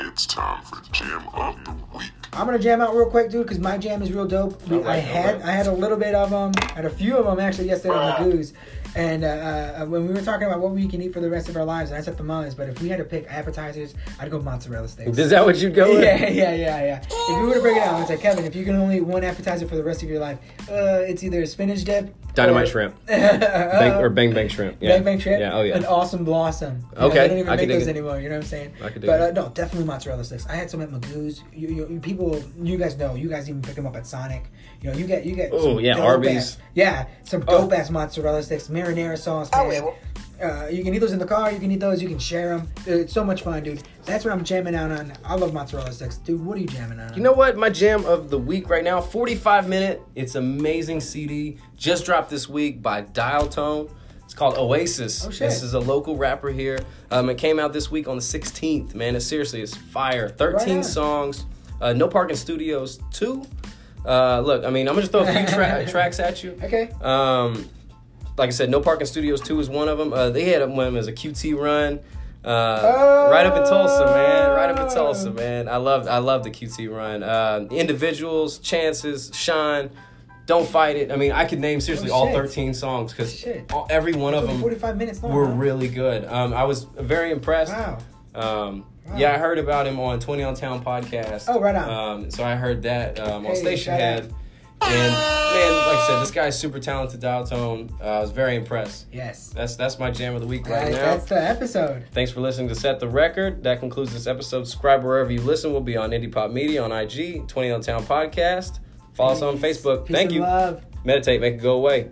Speaker 6: It's time for Jam of the Week.
Speaker 1: I'm gonna jam out real quick, dude, because my jam is real dope. We-
Speaker 2: Alright,
Speaker 1: I had
Speaker 2: alright.
Speaker 1: I had a little bit of them, and a few of them actually yesterday on the goose. And uh, uh, when we were talking about what we can eat for the rest of our lives, and I said tamales, but if we had to pick appetizers, I'd go mozzarella sticks.
Speaker 2: Is that what you'd go with?
Speaker 1: yeah, yeah, yeah, yeah. If you were to break it down, it's like Kevin. If you can only eat one appetizer for the rest of your life, uh, it's either spinach dip, uh,
Speaker 2: Dynamite
Speaker 1: or-
Speaker 2: shrimp. Bang,
Speaker 1: bang,
Speaker 2: or bang bang shrimp. Yeah.
Speaker 1: Bang Bang Trip.
Speaker 2: Yeah, oh yeah.
Speaker 1: An awesome blossom. You
Speaker 2: Okay,
Speaker 1: Know, they don't even
Speaker 2: I
Speaker 1: make
Speaker 2: can dig
Speaker 1: those
Speaker 2: it.
Speaker 1: anymore. You know what I'm saying?
Speaker 2: I can dig
Speaker 1: But uh,
Speaker 2: it.
Speaker 1: no, definitely mozzarella sticks. I had some at Magoo's. You, you, you people, you guys know. You guys even pick them up at Sonic. You know, you get you get.
Speaker 2: Ooh,
Speaker 1: some
Speaker 2: yeah,
Speaker 1: dope
Speaker 2: Arby's. Oh.
Speaker 1: ass- yeah, some dope ass mozzarella sticks, marinara sauce.
Speaker 3: I
Speaker 1: man.
Speaker 3: will.
Speaker 1: Uh, you can eat those in the car. You can eat those. You can share them. It's so much fun, dude. That's what I'm jamming out on. I love mozzarella sticks, dude. What are you jamming out on?
Speaker 2: You know what? My jam of the week right now, 45 minute. It's amazing CD. Just dropped this week by Dial Tone. It's called Oasis.
Speaker 1: Oh, shit.
Speaker 2: This is a local rapper here. Um, it came out this week on the 16th. Man, it seriously is fire. 13
Speaker 1: on.
Speaker 2: songs. Uh, no Parking Studios 2. Uh, look, I mean, I'm gonna just throw a few tra- tracks at you.
Speaker 1: Okay.
Speaker 2: Um, like I said, No Parking Studios 2 is one of them. Uh, they had one as a QT run. Uh, Right up in Tulsa, man. Right up in
Speaker 1: Oh.
Speaker 2: Tulsa, man. I love I love the QT run. Uh, individuals, chances, shine. Don't fight it. I mean, I could name seriously
Speaker 1: Oh,
Speaker 2: all
Speaker 1: shit.
Speaker 2: 13 songs because
Speaker 1: Shit.
Speaker 2: every one of
Speaker 1: Only
Speaker 2: them
Speaker 1: 45 minutes long.
Speaker 2: were
Speaker 1: huh?
Speaker 2: really good. Um, I was very impressed.
Speaker 1: Wow.
Speaker 2: Um,
Speaker 1: Wow.
Speaker 2: Yeah, I heard about him on 20 on Town podcast.
Speaker 1: Oh, right on.
Speaker 2: Um, so I heard that um, on
Speaker 1: Hey,
Speaker 2: Station
Speaker 1: shout
Speaker 2: Head. And man, like I said, this guy's super talented dial tone. Uh, I was very impressed.
Speaker 1: Yes.
Speaker 2: That's that's my jam of the week right
Speaker 1: Guys,
Speaker 2: now.
Speaker 1: that's the episode.
Speaker 2: Thanks for listening to Set the Record. That concludes this episode. Subscribe wherever you listen. We'll be on Indie Pop Media on IG, 20 on Town Podcast. Follow us on Facebook.
Speaker 1: Peace
Speaker 2: Thank
Speaker 1: and
Speaker 2: you.
Speaker 1: Love.
Speaker 2: Meditate, make it go away.